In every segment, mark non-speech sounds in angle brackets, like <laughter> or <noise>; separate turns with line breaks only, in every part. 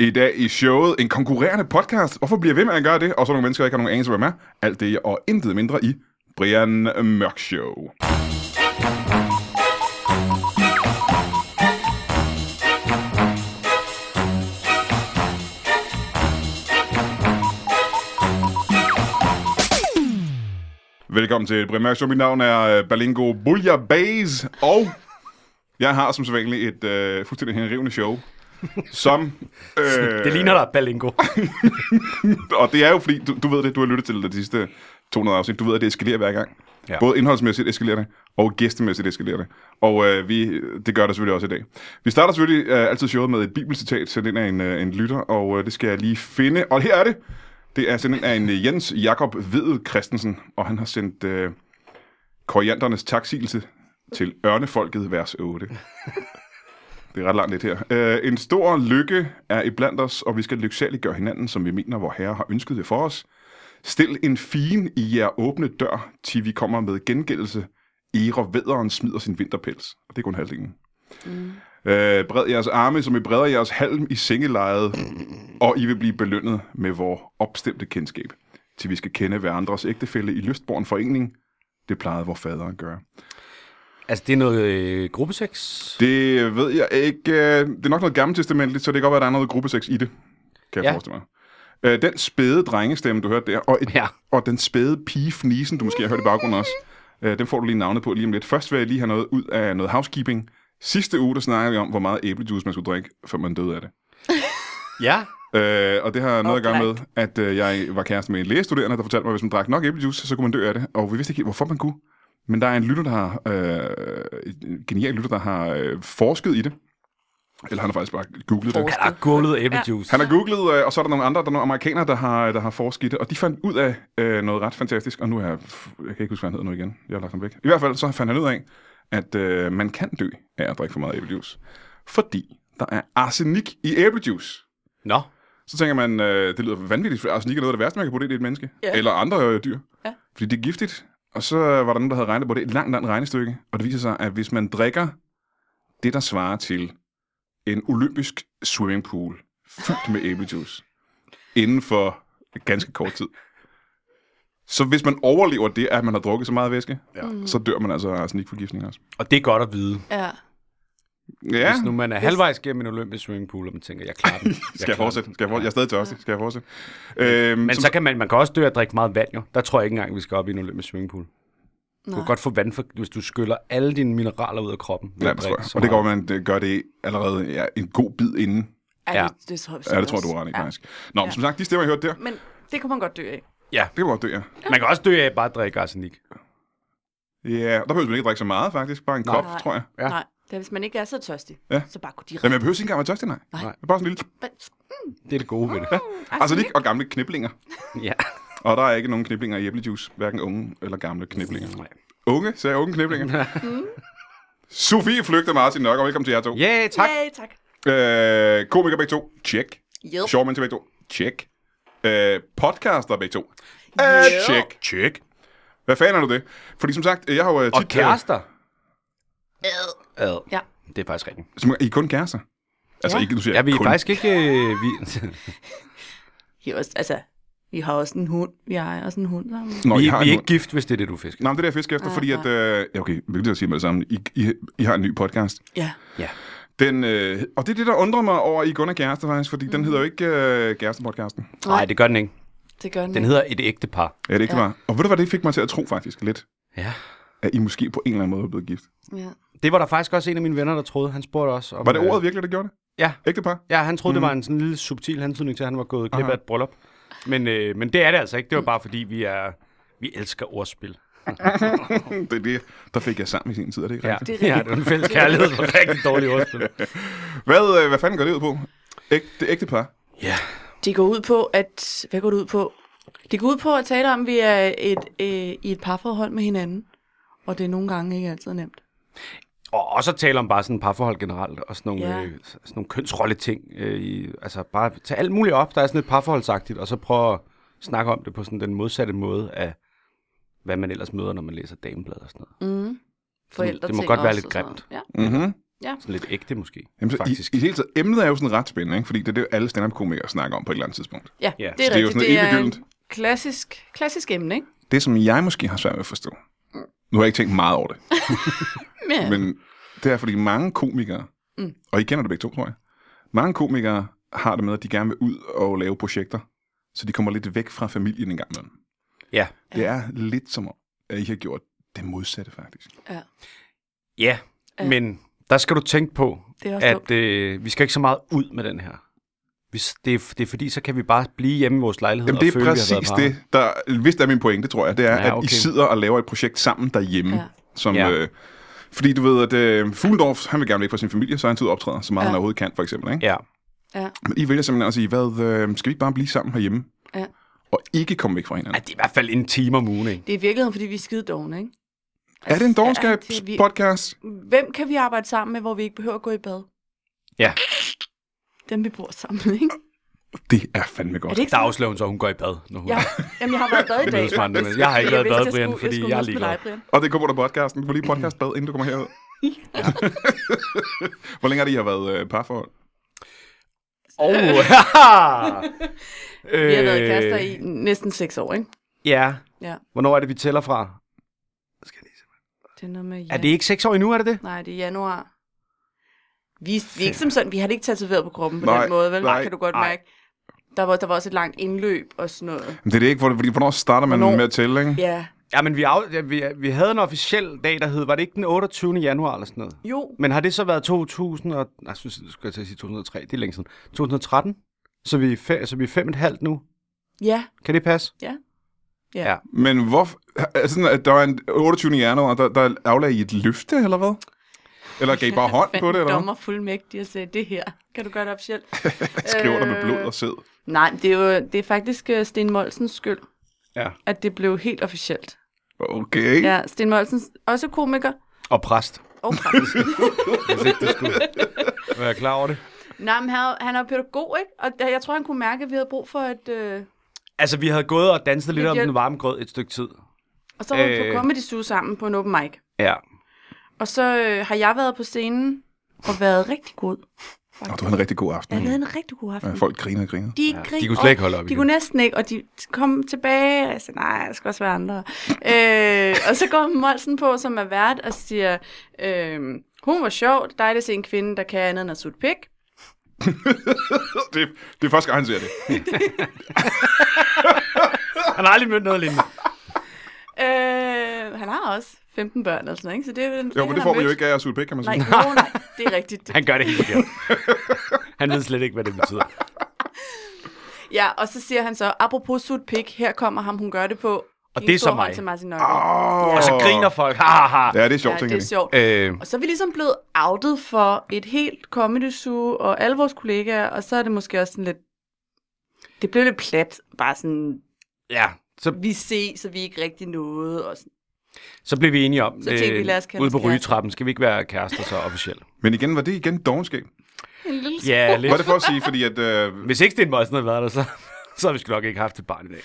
I dag i showet en konkurrerende podcast. Hvorfor bliver ved med at gøre det? Og så nogle mennesker, der ikke har nogen anelse, hvem er. Alt det og intet mindre i Brian Mørk Show. Velkommen til Brian Mørk Show. Mit navn er øh, Balingo Bulja Bays, og jeg har som sædvanligt et øh, fuldstændig henrivende show, som... Øh,
<laughs> Det ligner dig, Balingo.
<laughs> og det er jo fordi, du, du ved det, du har lyttet til de sidste 200 afsnit, du ved, at det eskalerer hver gang. Ja.
Ja.
Både indholdsmæssigt eskalerer det, og gæstemæssigt eskalerer det. Og øh, vi, det gør det selvfølgelig også i dag. Vi starter selvfølgelig øh, altid showet med et bibelcitat, sendt ind af en, øh, en lytter, og øh, det skal jeg lige finde. Og her er det. Det er sendt ind af en øh, Jens Jakob Vedel Christensen, og han har sendt øh, koriandernes taksigelse til ørnefolket vers 8. Det er ret langt lidt her. Øh, en stor lykke er iblandt os, og vi skal lyksaligt hinanden, som vi mener, vor Herre har ønsket det for os. Stil en fin i jer åbne dør, til vi kommer med gengældelse. Ere vederen smider sin vinterpels. Og det er kun halvdelen. Mm. Øh, bred jeres arme, som I breder jeres halm i sengelejet, og I vil blive belønnet med vores opstemte kendskab, til vi skal kende hverandres ægtefælle i Lystborn Forening. Det plejede vor fader at gøre.
<laughs> Altså, det er noget øh, gruppesex.
Det ved jeg ikke. Øh, Det er nok noget gammeltestamentligt, så det kan godt være, at der er noget gruppesex i det, kan jeg ja.
Ja.
forestille mig. Øh, Den spæde drengestemme, du hørte der, og, et, ja.
Ja.
og den spæde pigefnisen, du måske har hørt i baggrunden også, øh, den får du lige navnet på lige om lidt. Først vil jeg lige have noget ud af noget housekeeping. Sidste uge, der snakkede vi om, hvor meget æblejuice man skulle drikke, før man døde af det.
Ja.
Øh, og det har noget at gøre med,
blank.
at øh, jeg var kæreste med en lægestuderende, der fortalte mig, at hvis man drak nok æblejuice, så kunne man dø af det. Og vi vidste ikke helt, hvorfor man kunne. Men der er en lytter, der har, øh, en genial lytter, der har øh, forsket i det. Eller han har faktisk bare googlet det.
Forsket.
Er der gulvet æblejuice?
Han har googlet, øh, og så er der nogle andre, der er nogle amerikanere, der har, der har forsket i det. Og de fandt ud af øh, noget ret fantastisk. Og nu er jeg, jeg kan ikke huske, hvad han hedder nu igen. Jeg har lagt ham væk. I hvert fald så fandt han ud af, at øh, man kan dø af at drikke for meget æblejuice. Fordi der er arsenik i æblejuice.
Nå.
Så tænker man, øh, det lyder vanvittigt, for arsenik er noget af det værste, man kan putte ind i et menneske. Ja.
Ja.
Eller andre øh, dyr.
Ja.
Fordi det er giftigt. Og så var der nogen, der havde regnet på det. Et langt, langt regnestykke. Og det viser sig, at hvis man drikker det, der svarer til en olympisk swimmingpool fyldt med æblejuice inden for ganske kort tid. Så hvis man overlever det, at man har drukket så meget væske, ja. så dør man altså af arsenikforgiftning også.
Og det er godt at vide.
Ja.
Ja,
Hvis nu man er halvvejs gennem en olympisk swimmingpool, og man tænker, jeg
<laughs>
klarer den.
skal jeg
klarer
fortsætte?
den.
Skal jeg, fortsætte? jeg er stadig tørstig. Skal jeg fortsætte? Øhm,
Men
som-
så kan man, man kan også dø af at drikke meget vand, jo. Der tror jeg ikke engang, vi skal op i en olympisk swimmingpool. Du kan godt få vand, for, hvis du skyller alle dine mineraler ud af kroppen. ved
Ja,
at
det tror
drikke
jeg.
så
Og det går
meget.
man det gør det allerede ja, en god bid inden.
Ej,
Ja.
Det, det, tror jeg
Ja, det
også.
tror jeg, du har ret i,
Ja.
faktisk. Nå, men som sagt, de stemmer, jeg hørte der, det
Men det kan man godt dø af.
Ja,
kan godt dø, ja.
man kan også dø af bare at drikke arsenik.
Ja, og der behøver man ikke drikke så meget, faktisk. Bare en kop,
Nej.
tror jeg.
Ja.
Ja. Nej, det er, hvis man ikke er så tørstig,
Ja.
ja. så bare gå direkte.
Jamen, jeg behøver ikke engang være tørstig, nej.
Nej.
Det er bare sådan en lille...
Det er det gode ved
<laughs>
det.
Altså, lige og gamle kniblinger.
Ja.
Og der er ikke nogen kniblinger i æblejuice. Hverken unge eller gamle kniblinger. Unge, sagde jeg, unge
<laughs>
kniblinger. Sofie flygter Martin nok, og velkommen til jer to.
Ja, yeah, tak.
Yay, tak.
Øh, komiker begge to, check.
Yep.
Sjove mennesker begge to, check. Øh, podcaster begge to,
Ja.
øh, check.
Check.
Hvad fanden er du det? Fordi som sagt, jeg har jo øh, tit...
Og kærester.
Øh.
Ad.
Ja.
Det er faktisk rigtigt.
Som, I er kun kærester? Altså,
Ja.
ikke, du siger
Ja, vi er
kun.
faktisk ikke... øh, Vi...
Vi, er også, altså, vi har også en hund. Vi har også en hund. sammen.
Nå,
vi,
I har
vi
en
er
hund.
ikke gift, hvis det er det, du fisker.
Nej, men det er det, jeg fisker efter, fordi at... Øh, ja, okay, vi kan lige sige med det samme. I, I, I har en ny podcast.
Ja.
Ja.
Den, øh, og det er det, der undrer mig over, at I kun er kærester, faktisk, fordi mm. den hedder jo ikke øh, Kærestepodcasten.
Nej, det gør den ikke.
Det gør den,
Den
ikke.
hedder Et ægte par.
Ja, det er ikke ja.
Ja.
det var. Og ved du, hvad det fik mig til at tro, faktisk, lidt?
Ja.
At I måske på en eller anden måde er blevet gift.
Ja.
Det var der faktisk også en af mine venner, der troede. Han spurgte også om...
Var det
øh,
ordet virkelig, der gjorde det?
Ja.
Ægte par?
Ja, han troede, mm. det var en sådan lille subtil hantydning til, at han var gået glip
Aha.
af et bryllup. Men, øh, men det er det altså ikke. Det var bare fordi, vi er... Vi elsker
<laughs>
ordspil.
det er det, der fik jeg sammen i sin tid, er det ikke
Ja,
rigtigt?
Det er
det er, ja,
rigtigt.
det er en fælles kærlighed for rigtig dårlige ordspil.
Hvad, øh, hvad fanden går det ud på? Æg, det ægte par?
Ja.
Det går ud på, at... Hvad går det ud på? Det går ud på at tale om, at vi er et, øh, i et parforhold med hinanden. Og det er nogle gange ikke altid nemt.
Og også tale om bare sådan parforhold generelt, og sådan nogle,
Ja.
yeah. øh, sådan nogle kønsrolle ting. Øh, i, altså bare tage alt muligt op, der er sådan et parforholdsagtigt, og så prøve at snakke om det på sådan den modsatte måde af, hvad man ellers møder, når man læser dameblad og sådan noget.
Mm. Forældre
det må godt være lidt grimt.
Ja.
Mm-hmm.
Ja.
Sådan lidt ægte måske,
Jamen, så
faktisk.
i, i det hele taget, emnet er jo sådan ret spændende, ikke? fordi det er det, alle stand-up-komikere snakker om på et eller andet tidspunkt.
Ja,
Ja.
det er
Så det er jo
rigtigt.
sådan
Det er,
evigt
en klassisk, klassisk emne, ikke?
Det, som jeg måske har svært ved at forstå, nu har jeg ikke tænkt meget over det,
Men, Men
men det er, fordi mange komikere, mm. og I kender det begge to, tror jeg, mange komikere har det med, at de gerne vil ud og lave projekter, så de kommer lidt væk fra familien en gang imellem.
Ja.
Det er lidt som om, at I har gjort det modsatte, faktisk.
Ja,
Ja.
men der skal du tænke på,
det er også dumt.
at øh, vi skal ikke så meget ud med den her. Hvis det, er, det er fordi, så kan vi bare blive hjemme i vores lejlighed
Jamen, det
og
er
føle, vi har
præcis
været på arbejde.
det, der, hvis det er min pointe, tror jeg, det er,
Ja,
ja, okay.
okay.
at I sidder og laver et projekt sammen
øhm,
derhjemme.
Ja.
Ja. Som,
Ja.
ja. Øh, fordi du ved, at øh, Fuglendorf, han vil gerne væk fra sin familie, så han tid optræder, så meget
Ja.
ja. han overhovedet kan, for eksempel. Ikke?
Ja,
Ja.
Men I vælger simpelthen at sige, hvad, øh, skal vi ikke bare blive sammen herhjemme?
Ja.
Og ikke komme væk fra hinanden.
Ej, det er i hvert fald en time om ugen, ikke?
Det er i virkeligheden, fordi vi er skide dogne, ikke?
Er det en
Ja, det er vi-
dogenskabspodcast?
Hvem kan vi arbejde sammen med, hvor vi ikke behøver at gå i bad?
Ja,
Dem, vi bor sammen med, ikke?
Det er fandme godt.
Er det ikke sådan?
dagsløven, så hun går i bad, når hun
Ja, jamen, jeg har været i bad i
Det
dag.
lyder smart, men jeg har ikke været i
vidste,
bad,
jeg
Brian,
skulle-
fordi
skulle
jeg er
mødes med
ligeglad.
dig, Brian.
Og det kommer under podcasten. Du får lige podcastbad, inden du kommer herud. <laughs> Hvor længe har de har været øh, parforhold?
Oh,
<laughs> Vi har været kærester i næsten seks år, ikke?
Øh, Ja.
Ja,
Hvornår er det, vi tæller fra? Skal jeg lige se.
det er noget med... Ja.
Er det ikke seks år endnu, er det det?
Nej, det er januar. Vi, vi er ikke som sådan, vi har det ikke tatoveret på kroppen på
Nej,
den måde, vel?
nej,
kan du godt
nej.
mærke. Der var, der var også et langt indløb og sådan noget.
Men Det er det ikke, hvor- fordi hvornår starter man
Hvornår?
med at tælle, ikke?
Ja,
Ja, men vi, af, ja, vi, vi havde en officiel dag, der hed, var det ikke den 28. januar eller sådan noget?
jo.
Men har det så været 2000 og... Nej, så skal jeg til at sige 2003, det er længe siden. 2013? Så vi er, fe, så vi er fem og et halvt nu.
Ja,
Kan det passe?
ja.
Men hvor... Altså, sådan, at der var en 28. januar, der, der aflagde I et løfte, eller hvad? Eller gav I bare hånd på det, eller hvad?
Dommer fuldmægtig og sagde, det her, kan du gøre det officielt?
<laughs> Skriver der med blod og sæd.
Øh, Nej, det er jo det er faktisk øh, Sten Molsens skyld,
Ja.
at det blev helt officielt.
Okay.
Ja, Sten Molsen, også komiker. Oh,
Og præst,
Og
<laughs>
præst.
hvis ikke det <laughs> skulle være klar over det.
Nej, men han, han er jo pædagog, ikke? Og der- jeg tror, han kunne mærke, at vi havde brug for et... Øh...
Altså, vi havde gået og danset lidt
Lidt
om
hjælp.
den varme grød et stykke tid.
Og så var vi
Øh.
på Comedy Zoo sammen på en open mic.
Ja.
Og så øh, har jeg været på scenen og været rigtig god.
Og du havde en rigtig god
Jeg
aften.
havde en rigtig god aften.
Ja, folk griner og griner.
De,
Ja,
grin,
de kunne slet ikke holde op
De
igen.
kunne næsten ikke, og de kom tilbage, og jeg sagde, nej, der skal også være andre. øh, og så går Molsen på, som er vært, og siger, øh, hun var sjov, dejligt at se en kvinde, der kan andet end at sutte pik.
Det, det er første gang, han ser det.
Han har aldrig mødt noget lignende.
Øh, han har også 15 børn og sådan noget, ikke? Så det, er
Jo, men det får
vi
man jo ikke af at suge pæk, kan man
Nej,
sige.
jo, nej, det er rigtigt.
<laughs> Han gør det helt forkert. Han ved slet ikke, hvad det betyder.
Ja, og så siger han så, apropos sut pik, her kommer ham, hun gør det på. Giv en
det er så
stor hånd
mig.
Til Martin Nørgaard.
Oh.
Og så griner folk. Ha, ha, ha.
Ja, det er sjovt,
ja, det
tænker
er
jeg.
sjovt.
Øh,
Og så er vi ligesom blevet outet for et helt comedy zoo og alle vores kollegaer, og så er det måske også sådan lidt... Det blev lidt plat, bare sådan,
ja, så,
vi ses, og vi er ikke rigtig noget. Og sådan.
så blev vi enige om, øh,
Så tænkte vi, lad os kalde
ude på
os kærester.
rygetrappen, skal vi ikke være kærester så
<laughs>
officielt?
Men igen, var det igen dogenskab?
En lille
Ja, lidt.
Var det for at sige, fordi at... Øh,
Hvis ikke Sten Molsen havde været der, så, så havde vi sgu nok ikke haft et barn i dag.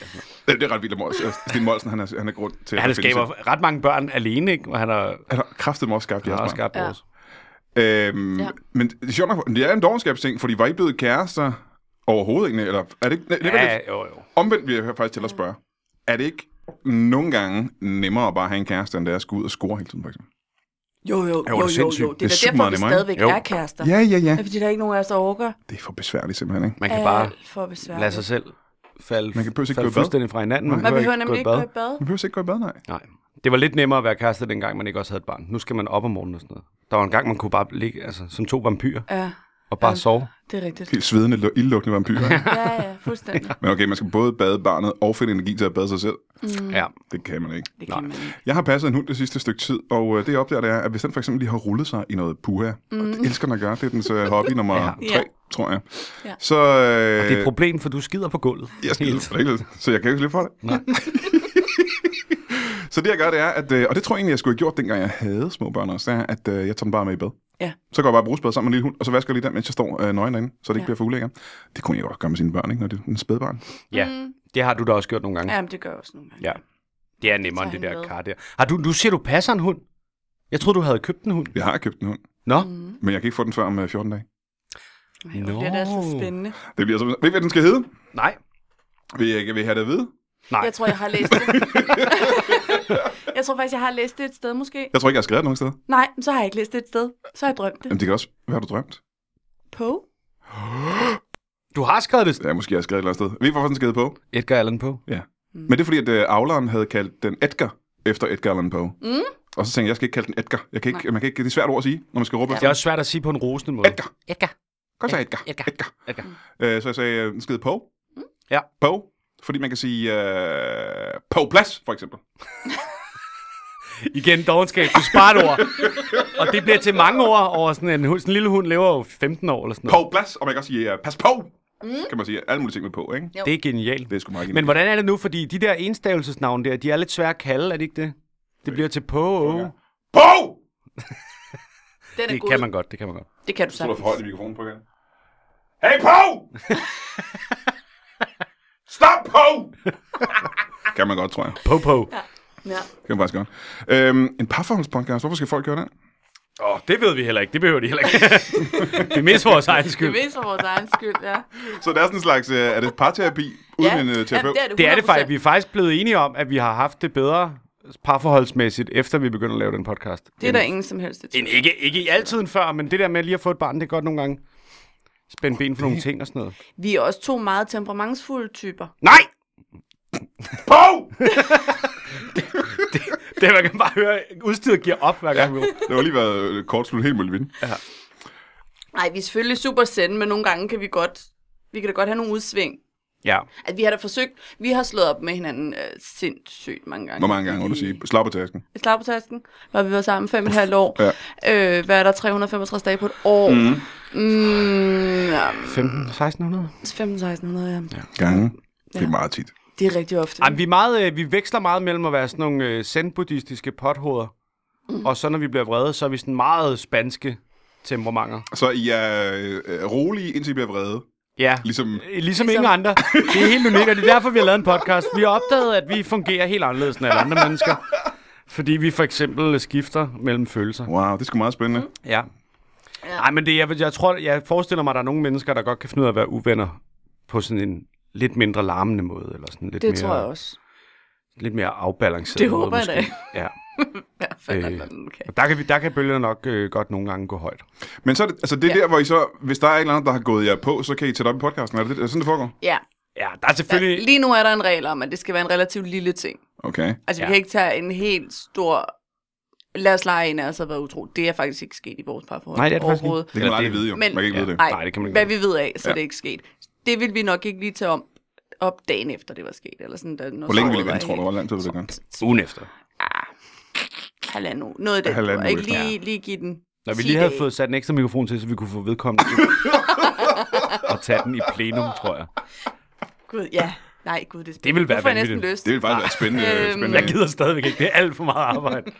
det er ret vildt, at Mols- at Sten Molsen, han er, han er grund til... at
Han
der findes et-
skaber ret mange børn alene, ikke? Og han har,
Han har kraftet mig også skabt
han har
jeres
også
barn.
skabt vores.
Ja.
Øhm,
Ja.
ja. Men det er sjovt nok, det er en dogenskabsting, fordi var I blevet kærester overhovedet egentlig? Eller er det ikke... Ne,
Ja,
ja.
jo, jo.
Omvendt vil jeg faktisk til at spørge. Er det ikke nogle gange nemmere at bare have en kæreste, end det er at skulle ud og score hele tiden, for eksempel?
Jo, jo, jo,
er
jo, jo,
sindssygt.
jo.
Det er
Det er,
super
da
meget
derfor, vi
nemmere, ikke?
stadigvæk
Jo.
er kærester.
Ja, ja, ja.
Det er, fordi der er ikke nogen af os, der overgår.
Det er for besværligt simpelthen, ikke?
Man kan bare
Alt for besværligt.
lade sig selv falde,
Man kan pøse ikke
falde
gå i bad.
fuldstændig fra hinanden. Man,
Man
behøver
behøver
ikke
nemlig
gå i
ikke gå
bad.
i bad.
Man behøver ikke gå i bad, nej.
Nej. Det var lidt nemmere at være kærester, dengang man ikke også havde et barn. Nu skal man op om morgenen og sådan noget. Der var en gang, man kunne bare ligge altså, som to vampyrer
Ja,
og bare
Ja.
sove.
det er
<laughs>
rigtigt.
Helt svedende, lu- ildlugtende vampyrer. ikke?
Ja, ja, fuldstændig.
Men okay, man skal både bade barnet og finde energi til at bade sig selv.
Mm. Ja.
Det kan man ikke.
Det kan man ikke.
Jeg har passet en hund det sidste stykke tid, og øh, det jeg opdager, det er, at hvis den for eksempel lige har rullet sig i noget puha, mm. og det elsker den at gøre, det er dens øh, hobby nummer
Ja.
<laughs> ja.
Ja.
3, tror jeg.
Ja.
Ja. Så, øh,
Det er et problem, for du skider på gulvet.
jeg
Helt.
skider ikke, så jeg kan ikke slippe for det.
Nej.
<laughs> Så det jeg gør, det er, at, øh, og det tror jeg egentlig, jeg skulle have gjort, dengang jeg havde små børn også, det er, at øh, jeg tager dem bare med i bad.
Ja.
Så går jeg bare brugsbad sammen med en lille hund, og så vasker jeg lige den, mens jeg står øh, nøgen derinde, så det ikke
Ja.
ja. bliver for ulækkert. Det kunne jeg godt gøre med sine børn, ikke, når det er en spædbarn.
Ja, det har du da også gjort nogle gange.
Ja, men Mm. det gør jeg også nogle gange.
Ja. Det er nemmere
Så
end det
han
der
med.
kar der. Har du, du siger, du passer en hund. Jeg troede, du havde købt en hund.
Jeg har købt en hund.
Nå,
Mm.
Men jeg kan ikke få den før om øh, 14 dage.
Ej, hvor bliver det altså spændende.
Det bliver simpelthen... Ved I, hvad den skal hedde?
nej.
Vil I, vil I have det at vide?
Nej.
Jeg tror, jeg har læst <laughs> det. jeg tror faktisk, jeg har læst det et sted måske.
Jeg tror ikke, jeg har skrevet det nogen sted.
Nej, men så har jeg ikke læst det et sted. Så har jeg drømt det.
Jamen, det kan også... Hvad har du drømt?
På?
Du har skrevet det.
Ja, måske jeg har skrevet et eller andet sted. Ved I, hvorfor den skal hedde på?
Edgar Allan Poe.
Ja. Mm. Men det er fordi, at øh, avleren havde kaldt den Edgar efter Edgar Allan Poe. Mm. Og så tænkte jeg, jeg skal ikke kalde den Edgar. Jeg kan ikke, man kan ikke, det er svært ord at sige, når man skal råbe
Det
efter.
er også svært at sige på en rosende måde.
Edgar.
Edgar.
Godt så, Edgar.
Edgar.
Edgar.
Edgar.
Øh, så jeg sagde, øh, den skal hedde Poe.
Ja.
Poe. Fordi man kan sige øh, Poe Plads, for eksempel.
Igen, dogenskab. Du sparer et ord. Og det bliver til mange år over sådan en hund. Sådan en lille hund lever jo 15 år eller sådan noget.
Poe Plads. Og man kan også sige, øh, pas på. Mm. Kan man sige alle mulige ting med på, ikke?
Det er genialt.
Det er sgu meget
Men
genialt.
hvordan er det nu? Fordi de der enstavelsesnavne der, de er lidt svære at kalde, er det ikke det? Det bliver til Poe.
Ja. Poe!
Den er
Det
god.
kan man godt, det kan man godt.
Det kan du
Så er der
sagtens.
for højt i mikrofonen på igen. Hey,
<laughs>
Poe! Stop, Poe! kan man godt, tror jeg.
Poe Poe.
Ja.
Det kan man faktisk godt. Øhm, en parforholdspodcast, hvorfor skal folk gøre den?
Åh, oh, det ved vi heller ikke. Det behøver de heller ikke. <laughs> det er mest for vores egen
Det er
skyld.
mest for vores egen skyld, ja.
Så det er sådan en slags, øh, er det parterapi uden
ja.
en øh, terapeut?
Ja, det er det,
Det er det
100%.
faktisk. Vi er faktisk blevet enige om, at vi har haft det bedre parforholdsmæssigt, efter vi begyndte at lave den podcast.
Det er der ingen som helst.
en, ikke, ikke i altid end før, men det der med lige at få et barn, det er godt nogle gange. Spænde ben for nogle ting og sådan noget.
Vi er også to meget temperamentsfulde typer.
Nej!
Poe!
<laughs> Det man kan bare høre, udstyret giver op hver gang. Ja.
Det var lige været øh, kort slut helt muligt. Ja.
Nej, vi er selvfølgelig super sende, men nogle gange kan vi godt... Vi kan da godt have nogle udsving.
ja.
At vi har da forsøgt... Vi har slået op med hinanden øh, sindssygt mange gange.
Hvor mange gange må du sige? Slap på tasken.
I slagpåtasken, hvor vi var sammen fem og et halvt år.
Ja. Mhm.
Øh, hvad er der? 365 dage på et år? Mm. Mm, ja,
1500
15-1600, ja. ja.
Gange. Det er meget tit.
Det er rigtig ofte.
Jamen, vi, er meget, øh, vi veksler meget mellem at være sådan nogle øh, zen-buddhistiske pothoveder, mm. og så når vi bliver vrede, så er vi sådan meget spanske temperamenter.
Så I er øh, øh, rolige, indtil I bliver vrede.
Ja,
Ligesom...
ligesom, ligesom ingen andre. Det er helt unikt, og det er derfor, vi har lavet en podcast. Vi har opdaget, at vi fungerer helt anderledes end alle andre mennesker. Fordi vi for eksempel skifter mellem følelser.
Wow, det er sgu meget spændende.
Mm.
Ja. Nej, men det, jeg, jeg, tror, jeg forestiller mig, at der er nogle mennesker, der godt kan finde ud af at være uvenner på sådan en lidt mindre larmende måde, eller sådan lidt
det
mere,
tror jeg også.
lidt mere afbalanceret
Det
måde,
håber jeg da.
måske. Ja.
Ja, fandme,
Øh,
okay.
Og der kan, vi, der kan bølger nok øh, godt nogle gange gå højt.
Men så er det, altså det er
Ja.
der, hvor I så... Hvis der er et eller andet, der har gået jer på, så kan I tage det op i podcasten. Er det, det er det sådan, det foregår?
ja. Altså,
Ja, der er selvfølgelig...
Lige nu er der en regel om, at det skal være en relativt lille ting.
Okay.
Altså, ja.
Ja.
vi kan ikke tage en helt stor... Lad os lege en af os har været utro. Det er faktisk ikke sket i vores parforhold
Nej, det er det faktisk ikke.
overhovedet.
Det kan
Ja,
man aldrig
det-
vide, jo.
Men-
man kan ikke vide det.
Nej,
Nej, det kan man ikke
hvad
vide.
vi ved af,
Ja.
så ja. det er ikke sket. Det vil vi nok ikke lige tage om, op dagen efter, det var sket. Eller sådan, der,
Hvor længe vil I vente, tror du? Hvor lang tid vil det gøre?
Ugen efter.
Ah, halvanden uge. Noget af det.
Halvanden
Halvanden
uge
ikke
efter,
lige, lige give den
Når vi
10
lige havde
dage.
fået sat en ekstra mikrofon til, så vi kunne få vedkommende <laughs> og tage den i plenum, tror jeg.
Gud, ja. Nej, gud, det,
Det ville være
Nu får jeg
vanvittigt.
næsten lyst.
Det vil faktisk være spændende.
Øhm,
spændende.
Jeg gider stadigvæk ikke. Det er alt for meget arbejde.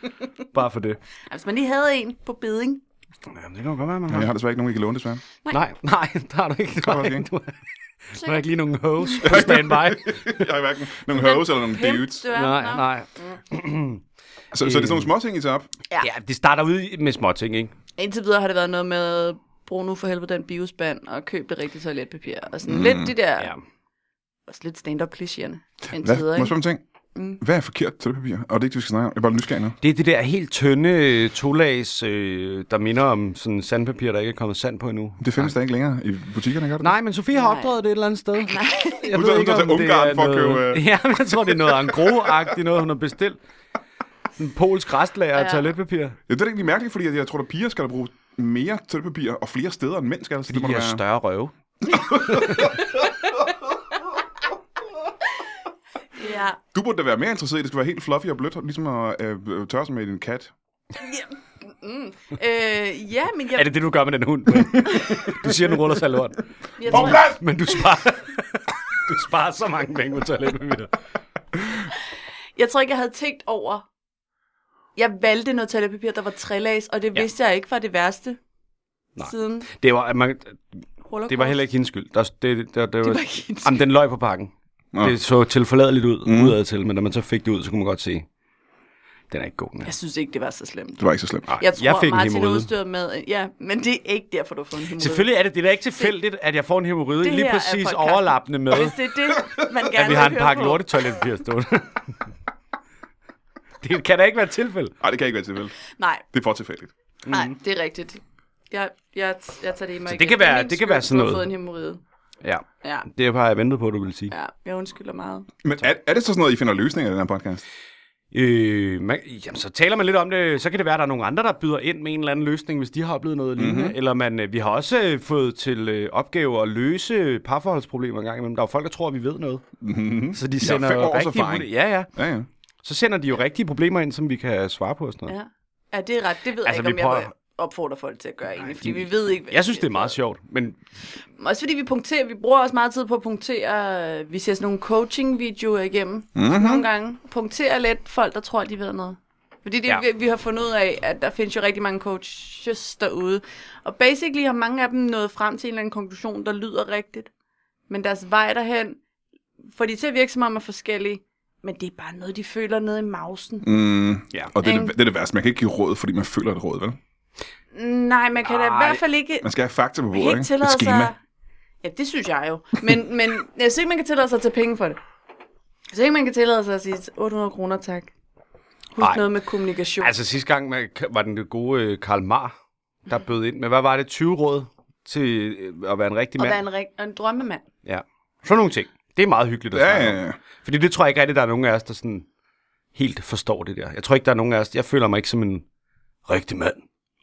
Bare for det.
Altså, hvis man lige havde en på beding.
Jamen, det kan jo godt være, man har.
Jeg har desværre ikke nogen, I kan låne, desværre.
Nej, nej, der har du ikke. Du har
Okay.
ikke, du har, du har ikke lige nogen hoes på <laughs> standby.
<laughs> Jeg har hverken nogle hoes eller nogle
Pimp,
dudes.
du er.
nej,
Nå.
nej.
Så, så det er sådan nogle småting, I tager op.
Ja.
Ja, det starter ud med småting, ikke?
Indtil videre har det været noget med, brug nu for helvede den biospand, og køb det rigtige toiletpapir. Og sådan mm. lidt de der,
Ja.
ja. også lidt stand-up klichéerne. Indtil
Hvad,
videre,
må jeg
ikke?
spørge om en ting? Hvad er forkert toiletpapir? Og det er ikke, det, vi skal snakke om. Jeg er bare nysgerrig nu.
Det er det der helt tynde øh, tolags, øh, der minder om sådan sandpapir, der ikke er kommet sand på endnu.
Det findes da ikke længere i butikkerne, gør det?
Nej, men Sofie har
Nej.
opdaget det et eller andet sted. Nej. Jeg
Hun tager- hun tager til Ungarn for at
noget...
købe, øh-
<laughs> Ja, men jeg tror, det er noget angro-agtigt, noget hun har bestilt. En polsk restlager ja. af
Ja.
toiletpapir.
Ja, det er egentlig mærkeligt, fordi at jeg tror, at piger skal da bruge mere toiletpapir, og flere steder end mænd skal. Altså, det må
De
da
har
være...
større røve.
Ja.
Du burde da være mere interesseret i, at det skal være helt fluffy og blødt, ligesom at øh, tørre sig med en kat.
Mm, Øh, ja, men jeg,
Er det det, du gør med den hund? <laughs> du siger, den ruller sig lort.
jeg
På
tror,
plads!
Men du sparer, <laughs> du sparer så mange penge på toiletpapir.
Jeg tror ikke, jeg havde tænkt over... Jeg valgte noget toiletpapir, der var trælags, og det
Ja.
ja. vidste jeg ikke var det værste
Nej.
Nej. siden
Det var, man,
holocaust.
det var heller ikke hendes skyld. Der, det, det, der, det, var,
var ikke hendes
Jamen, den løg på pakken.
Nå.
Det så tilforladeligt ud, mm. udad til, men når man så fik det ud, så kunne man godt se. Den er ikke god, den her.
Jeg synes ikke, det var så slemt.
Det var ikke så slemt.
Jeg tror,
jeg fik en
Martin er
hæmorrhoide.
udstyret med... Ja, men det er ikke derfor, du har fået en hemorrhoide.
Selvfølgelig er det det, der ikke tilfældigt, at jeg får en hemorrhoide
Det
lige
her er
præcis
podcasten.
overlappende med,
Hvis <laughs> det er det, man gerne
at vi har en
vil høre
pakke
på.
lortetoiletpapir stående. <laughs> det kan da ikke være et tilfælde.
Nej, det kan ikke være tilfældet.
Nej,
Det er for tilfældigt.
nej, det er rigtigt. Jeg, jeg, jeg tager det i mig
Mm. Så det
igen.
kan være-
er min
det kan være
skyld,
sådan
du har
noget.
fået en hemorrhoide.
Ja,
Ja,
det har jeg ventet på, du ville sige.
ja, jeg undskylder meget.
Men er, er det så sådan noget, I finder løsninger i den her podcast?
Øh, man, jamen, så taler man lidt om det. Så kan det være, at der er nogle andre, der byder ind med en eller anden løsning, hvis de har oplevet noget lignende. Mm-hmm. Eller man, øh, vi har også øh, fået til øh, opgave at løse parforholdsproblemer engang imellem. Der er jo folk, der tror, at vi ved noget. Mm-hmm. Så de sender
fem
jo
års
rigtige
erfaring.
proble- ja, ja.
Ja, ja.
Så sender de jo rigtige problemer ind, som vi kan svare på og sådan noget.
Ja. ja, det er ret. Det ved
Altså,
altså, jeg
vi
ikke, om jeg
prøver-
vil opfordre folk til at gøre egentlig, fordi vi ved ikke... hvad
Jeg synes, det er
for-
meget sjovt, men
Også fordi vi punkterer, vi bruger også meget tid på at punktere. øh, Vi ser sådan nogle coaching-videoer igennem
Mhm.
mm-hmm. nogle gange. Punkterer lidt folk, der tror, de ved noget. Fordi det,
Ja.
ja. vi, vi har fundet ud af, at der findes jo rigtig mange coaches derude. Og basically har mange af dem nået frem til en eller anden konklusion, der lyder rigtigt. Men deres vej derhen, får de til at virke som om er forskellige. Men det er bare noget, de føler nede i mausen. Mm.
ja.
Og det er
Ikke?
det, det, er det værste. Man kan ikke give råd, fordi man føler et råd, vel?
Nej, man kan da i
Nej.
hvert fald ikke...
Man skal have fakta på
Man kan
bordet, ikke?
ikke
Et
tillade
schema.
sig... Ja, det synes jeg jo. Men, <laughs> men jeg synes ikke, man kan tillade sig at tage penge for det. Jeg synes ikke, man kan tillade sig at sige 800 kroner, tak. Husk
Nej.
Ej. noget med kommunikation. Altså,
Altså sidste gang man, var den det gode øh, Karl Mar, der bød ind. Men hvad var det? 20 råd til øh, at være en rigtig
og
mand?
være en, rig- og en drømmemand.
Ja. Sådan nogle ting. Det er meget hyggeligt at
Ja,
snakke om.
ja, ja.
Fordi det tror jeg ikke rigtigt, der er nogen af os, der sådan helt forstår det der. Jeg tror ikke, der er nogen af os, jeg føler mig ikke som en rigtig mand.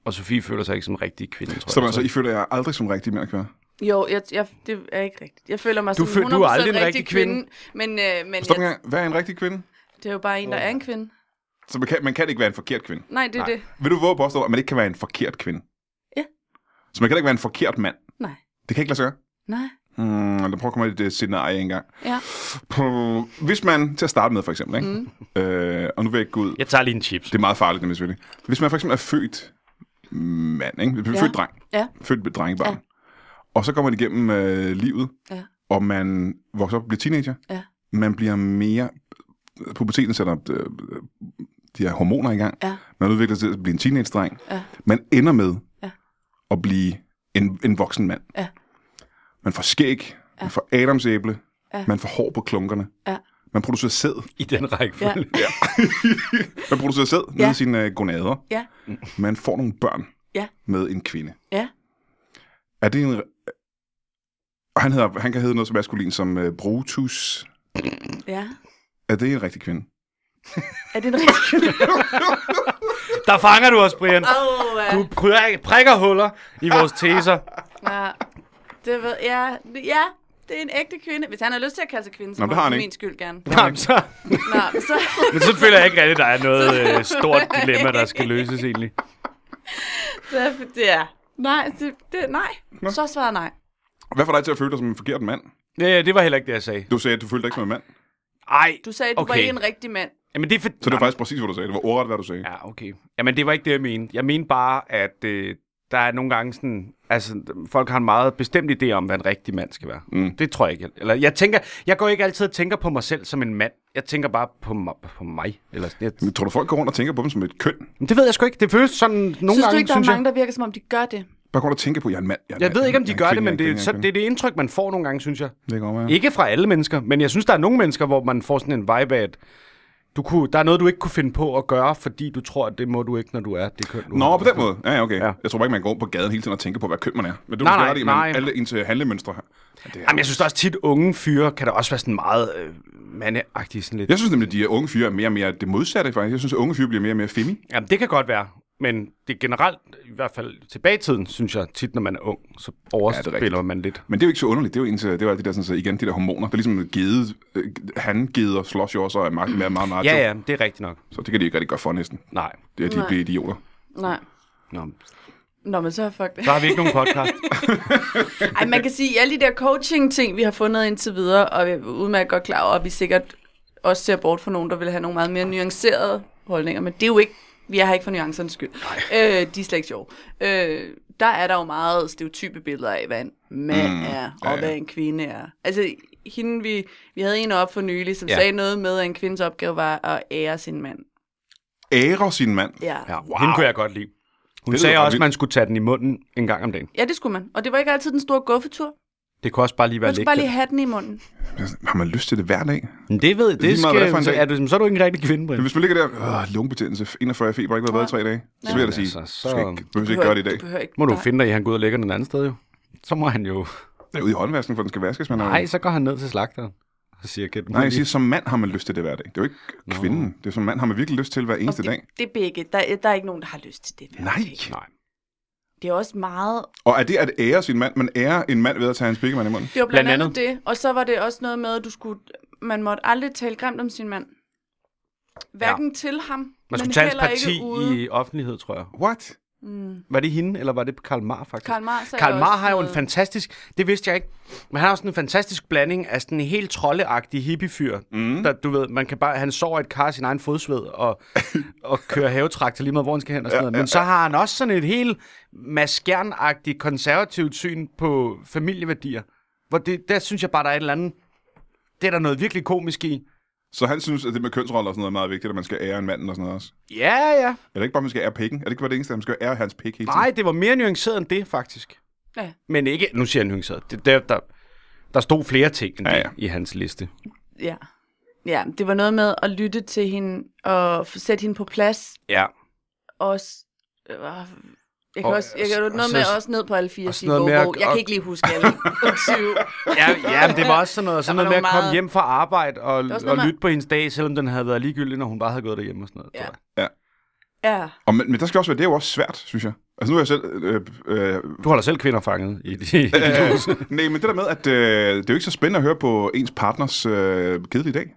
Og Sofie føler sig ikke som en rigtig kvinde, tror
Så
jeg.
altså, I føler jer aldrig som rigtig mand, kvinde.
Jo, jeg, jeg, det er ikke rigtigt. Jeg føler mig
Du
som
føl-
100%
du er aldrig en
rigtig,
rigtig kvinde.
kvinde. Men, øh, men
Stop
jeg,
engang. Hvad er en rigtig kvinde?
det er jo bare en, der er en kvinde.
Så man kan, man kan ikke være en forkert kvinde.
Nej, det er
Nej.
det.
Vil du våge at påstå, at man ikke kan være en forkert kvinde?
Ja.
Så man kan heller ikke være en forkert mand.
Nej.
Det kan ikke lade sig gøre.
Nej.
Hmm, lad prøve at komme med et øh, scenarie engang.
Ja.
Puh, Hvis man, til at starte med for eksempel, ikke? Mm. Øh, og nu vil jeg ikke gå ud.
Jeg tager lige en chips.
Det er meget farligt, nemlig selvfølgelig. Hvis man for eksempel er født mand, ikke? Hvis man er
Ja.
født dreng.
Ja.
Født med drengebarn.
Ja.
Ja. Og så går man igennem øh, livet,
Ja.
og man vokser op og bliver teenager.
Ja.
Man bliver mere... Puberteten sætter øh, de her hormoner i gang.
Ja.
Man udvikler sig til at blive en teenage-dreng.
Ja.
Man ender med
Ja.
at blive en, en voksen mand.
Ja.
Man får skæg, man får adamsæble,
Ja.
man får hår på klunkerne,
Ja.
man producerer sæd.
I den rækkefølge. Ja.
Man producerer sæd ja.
Ja.
nede i sine øh, gonader.
Ja.
Man får nogle børn
Ja.
med en kvinde.
Ja.
Er det en... Og han, hedder, han kan hedde noget så maskulin som uh, Brutus.
Ja.
Er det en rigtig kvinde?
Er det en rigtig kvinde?
<laughs> Der fanger du os, Brian.
Åh, ja.
Du prøver, prikker huller i vores teser.
Ja, det ved, ja, ja, det er en ægte kvinde. Hvis han har lyst til at kalde sig kvinde, så
Nå,
Nå,
det
må
har
han
han
for
ikke.
min skyld gerne.
Jamen, så,
Nå, så,
men så føler jeg ikke rigtigt, der er noget øh, stort dilemma, der skal løses egentlig.
så <laughs> det er, nej, det, det, nej. Nå. så svarer nej.
Hvad får dig til at føle dig som en forkert mand?
Ja, det var heller ikke det, jeg sagde.
Du sagde, at du følte dig ikke som en mand.
Ej,
Du sagde, at du okay. var ikke en rigtig mand.
Jamen, det er for...
Så det var faktisk præcis, hvad du sagde. Det var ordret, hvad du sagde. Ja.
Ja, okay. Jamen, det var ikke det, jeg mente. Jeg mente bare, at øh, der er nogle gange sådan... Altså, folk har en meget bestemt idé om, hvad en rigtig mand skal være. Mm. Det tror jeg ikke. Eller jeg tænker... Jeg går ikke altid og tænker på mig selv som en mand. Jeg tænker bare på, mig- på mig. Eller, sådan. jeg,
Men tror du, folk går rundt og tænker på dem som et køn?
men det ved jeg sgu ikke. Det føles sådan nogle
Synes
gange,
du ikke, der
synes
er
jeg.
mange, der virker, som om de gør det?
Bare går rundt og tænker på, at jeg er en mand. er en
Jeg
mand,
ved ikke, om de
jeg er en
gør det,
kvinde,
men
jeg
det,
en
så,
kvinde,
det er det indtryk, man får nogle gange, synes jeg.
jeg er en kvinde. Det kan godt være.
Mm. Ikke fra alle mennesker, men jeg synes, der er nogle mennesker, hvor man får sådan en vibe af, at du kunne, der er noget, du ikke kunne finde på at gøre, fordi du tror, at det må du ikke, når du er det køn. du
Nå,
har.
på den måde. Ja, ja, okay.
Ja.
Ja. Jeg tror bare ikke, man går rundt på gaden hele tiden og tænker på, hvad køn man er. Men det
Nej,
er
nej,
nej, nej,
nej.
nej. alle ens øh, handlemønstre her. Ja, det er-
Jamen, jeg synes da også tit, unge fyre kan da også være sådan meget øh, mandeagtige. Sådan lidt.
Jeg synes nemlig, at de her unge fyre er mere og mere det modsatte, faktisk. Jeg synes, at unge fyre bliver mere og mere femi.
Jamen, det kan godt være. Men det er generelt, i hvert fald tilbage i tiden, synes jeg tit, når man er ung, så overspiller ja, man lidt.
Men det er jo ikke så underligt. Det er jo, ens, øh, det er jo alt det der, sådan, så igen, de der hormoner. Det er ligesom gede, øh, handgeder slås jo også og er meget, meget, meget, meget
Ja,
tung.
ja, det er rigtigt nok.
Så det kan de ikke rigtig gøre for næsten.
Nej.
Det er, at de
Nej.
bliver idioter.
Nej.
Nå,
Nå, men så fuck det.
så har vi ikke nogen podcast. <laughs>
Ej, man kan sige, at alle de der coaching-ting, vi har fundet indtil videre, og jeg er udmærket godt klar over, at vi sikkert også ser bort fra nogen, der vil have nogle meget mere nuancerede holdninger, men det er jo ikke, vi er her ikke for nuancernes skyld. Øh, de er slet ikke sjove. Øh, der er der jo meget stereotype billeder af, hvad en mand mm, er, og
ja, ja.
hvad en kvinde er. Altså, hende vi, vi havde en op for nylig, som
Ja.
ja. sagde noget med, at en kvindes opgave var at ære sin mand.
ærer sin mand.
Ja.
Ja,
ja.
wow. Hende kunne jeg godt lide.
Det
Hun det sagde
lyder ret
også, at
vildt.
man skulle tage den i munden en gang om dagen.
ja, det skulle man. Og det var ikke altid den store guffetur.
Det kunne også bare lige være
Man skulle bare lige
lækkert.
have den i munden.
Har man lyst til det hver dag?
Men det ved
Lige
det
meget, hvad det er for en
skal, så,
dag.
er du, så er du ikke en rigtig kvinde, Brian.
Hvis man ligger der, øh, lungebetændelse, 41 feber, ikke været været i tre dage, så vil jeg da sige,
altså,
så... du skal
så-
ikke, behøver ikke gøre det i dag.
Du behøver ikke.
Må du
Nej.
finde dig i, at han går ud og lægger den anden sted jo. Så må han jo...
Det er ude i håndvasken, for den skal vaskes. Man
Nej, så går han ned til slagteren. Så siger Kjeld,
Nej, jeg siger, som mand har man lyst til det hver dag. Det er jo ikke kvinden. Det er som mand har man virkelig lyst til hver eneste dag.
Det er begge. Der, der er ikke nogen, der har lyst til det.
Nej.
Nej.
Det er også meget...
Og er det at ære sin mand? Man ærer en mand ved at tage hans pikkemand i munden.
Det var blandt,
Blandt
blandt andet det. Og så var det også noget med, at du skulle... Man måtte aldrig tale grimt om sin mand. Hverken ja. til ham,
Man skulle
men
tage hans
heller ikke
parti
ude.
i offentlighed, tror jeg.
What?
Var det hende, eller var det Karl Marr, faktisk?
Karl Marx er
Karl
også
Marr har jo en
noget-
fantastisk, det vidste jeg ikke, men han har jo sådan en fantastisk blanding af sådan en helt troldeagtig hippiefyr, mm. der, du ved, man kan bare, han sover i et kar i sin egen fodsved <laughs> og, og kører havetraktor lige med, hvor han skal hen og sådan noget. Men så har han også sådan et helt maskernagtigt konservativt syn på familieværdier, hvor det, der synes jeg bare, der er et eller andet, det er der noget virkelig komisk i.
Så han synes, at det med kønsroller og sådan noget er meget vigtigt, at man skal ære en mand og sådan noget også.
Ja, ja.
Er det ikke bare, at man skal ære pikken? Er det ikke bare det eneste, at man skal ære hans pik hele tiden?
Nej, det var mere nuanceret end det, faktisk.
Ja.
Men ikke, nu siger jeg nuanceret, det, der, der, der stod flere ting end
Ja,
ja,
ja.
ja. i hans liste.
Ja. ja, det var noget med at lytte til hende og f- sætte hende på plads.
Ja.
Også, øh, jeg kan
Og-
også, jeg kan
og-
noget
og
med
så-
også ned på alle fire
og
sige,
sådan noget
wow,
med at-
wow. Jeg kan
og-
ikke lige huske
<laughs>
alle 20.
Ja, ja men det var også sådan noget, sådan
var
noget med at
nogle
komme
meget-
hjem fra arbejde og,
var også
og
noget med-
lytte på hendes dag, selvom den havde været ligegyldig, når hun bare havde gået derhjemme og sådan noget.
Ja.
tror jeg.
Ja,
Og, men, men, der skal også være, det er jo også svært, synes jeg. Altså nu er jeg selv... Øh, øh,
Du holder selv kvinder fanget i det.
<laughs> øh, nej, men det der med, at øh, det er jo ikke så spændende at høre på ens partners øh, kedelige dag.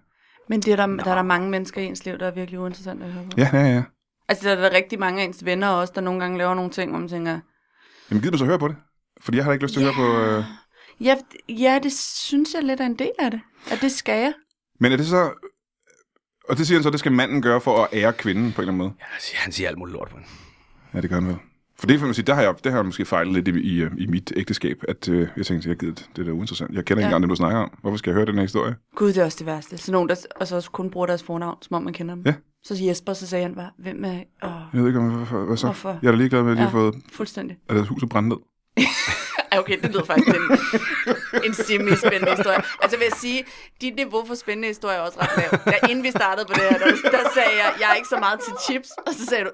men det er der, der er der mange mennesker i ens liv, der er virkelig uinteressant at høre på.
Ja, ja, ja.
Altså, der er der rigtig mange af ens venner også, der nogle gange laver nogle ting, hvor man tænker,
Jamen gider man så høre på det? Fordi jeg har da ikke lyst til at høre på... Øh...
ja, ja, det synes jeg lidt er en del af det. At det skal jeg.
Men er det så... Og det siger han så, det skal manden gøre for at ære kvinden på en eller anden måde.
Han siger alt muligt lort, man.
Ja, det gør han vel. For det, kan man sige, der, har jeg, det har jeg måske fejlet lidt i, i, øh, i mit ægteskab, at øh, jeg tænkte, jeg gider det, det er da uinteressant. Jeg kender ikke
Ja.
engang det, du snakker om. Hvorfor skal jeg høre den her historie?
Gud, det er også det værste. Sådan nogen, der s- og så også kun bruger deres fornavn, som om man kender dem.
Ja.
Så Jesper, så sagde han bare, hvem er... Åh,
Jeg ved ikke, om, hvad, hvad så?
Hvorfor?
Jeg er da ligeglad med, at de har
Ja.
fået
fuldstændig.
at deres hus er brændt ned.
Ej, okay, det lyder faktisk en, en semi-spændende historie. Altså vil jeg sige, dit niveau for spændende historier er også ret lavt. Da, inden vi startede på det her, der, der sagde jeg, jeg er ikke så meget til chips. Og så sagde du,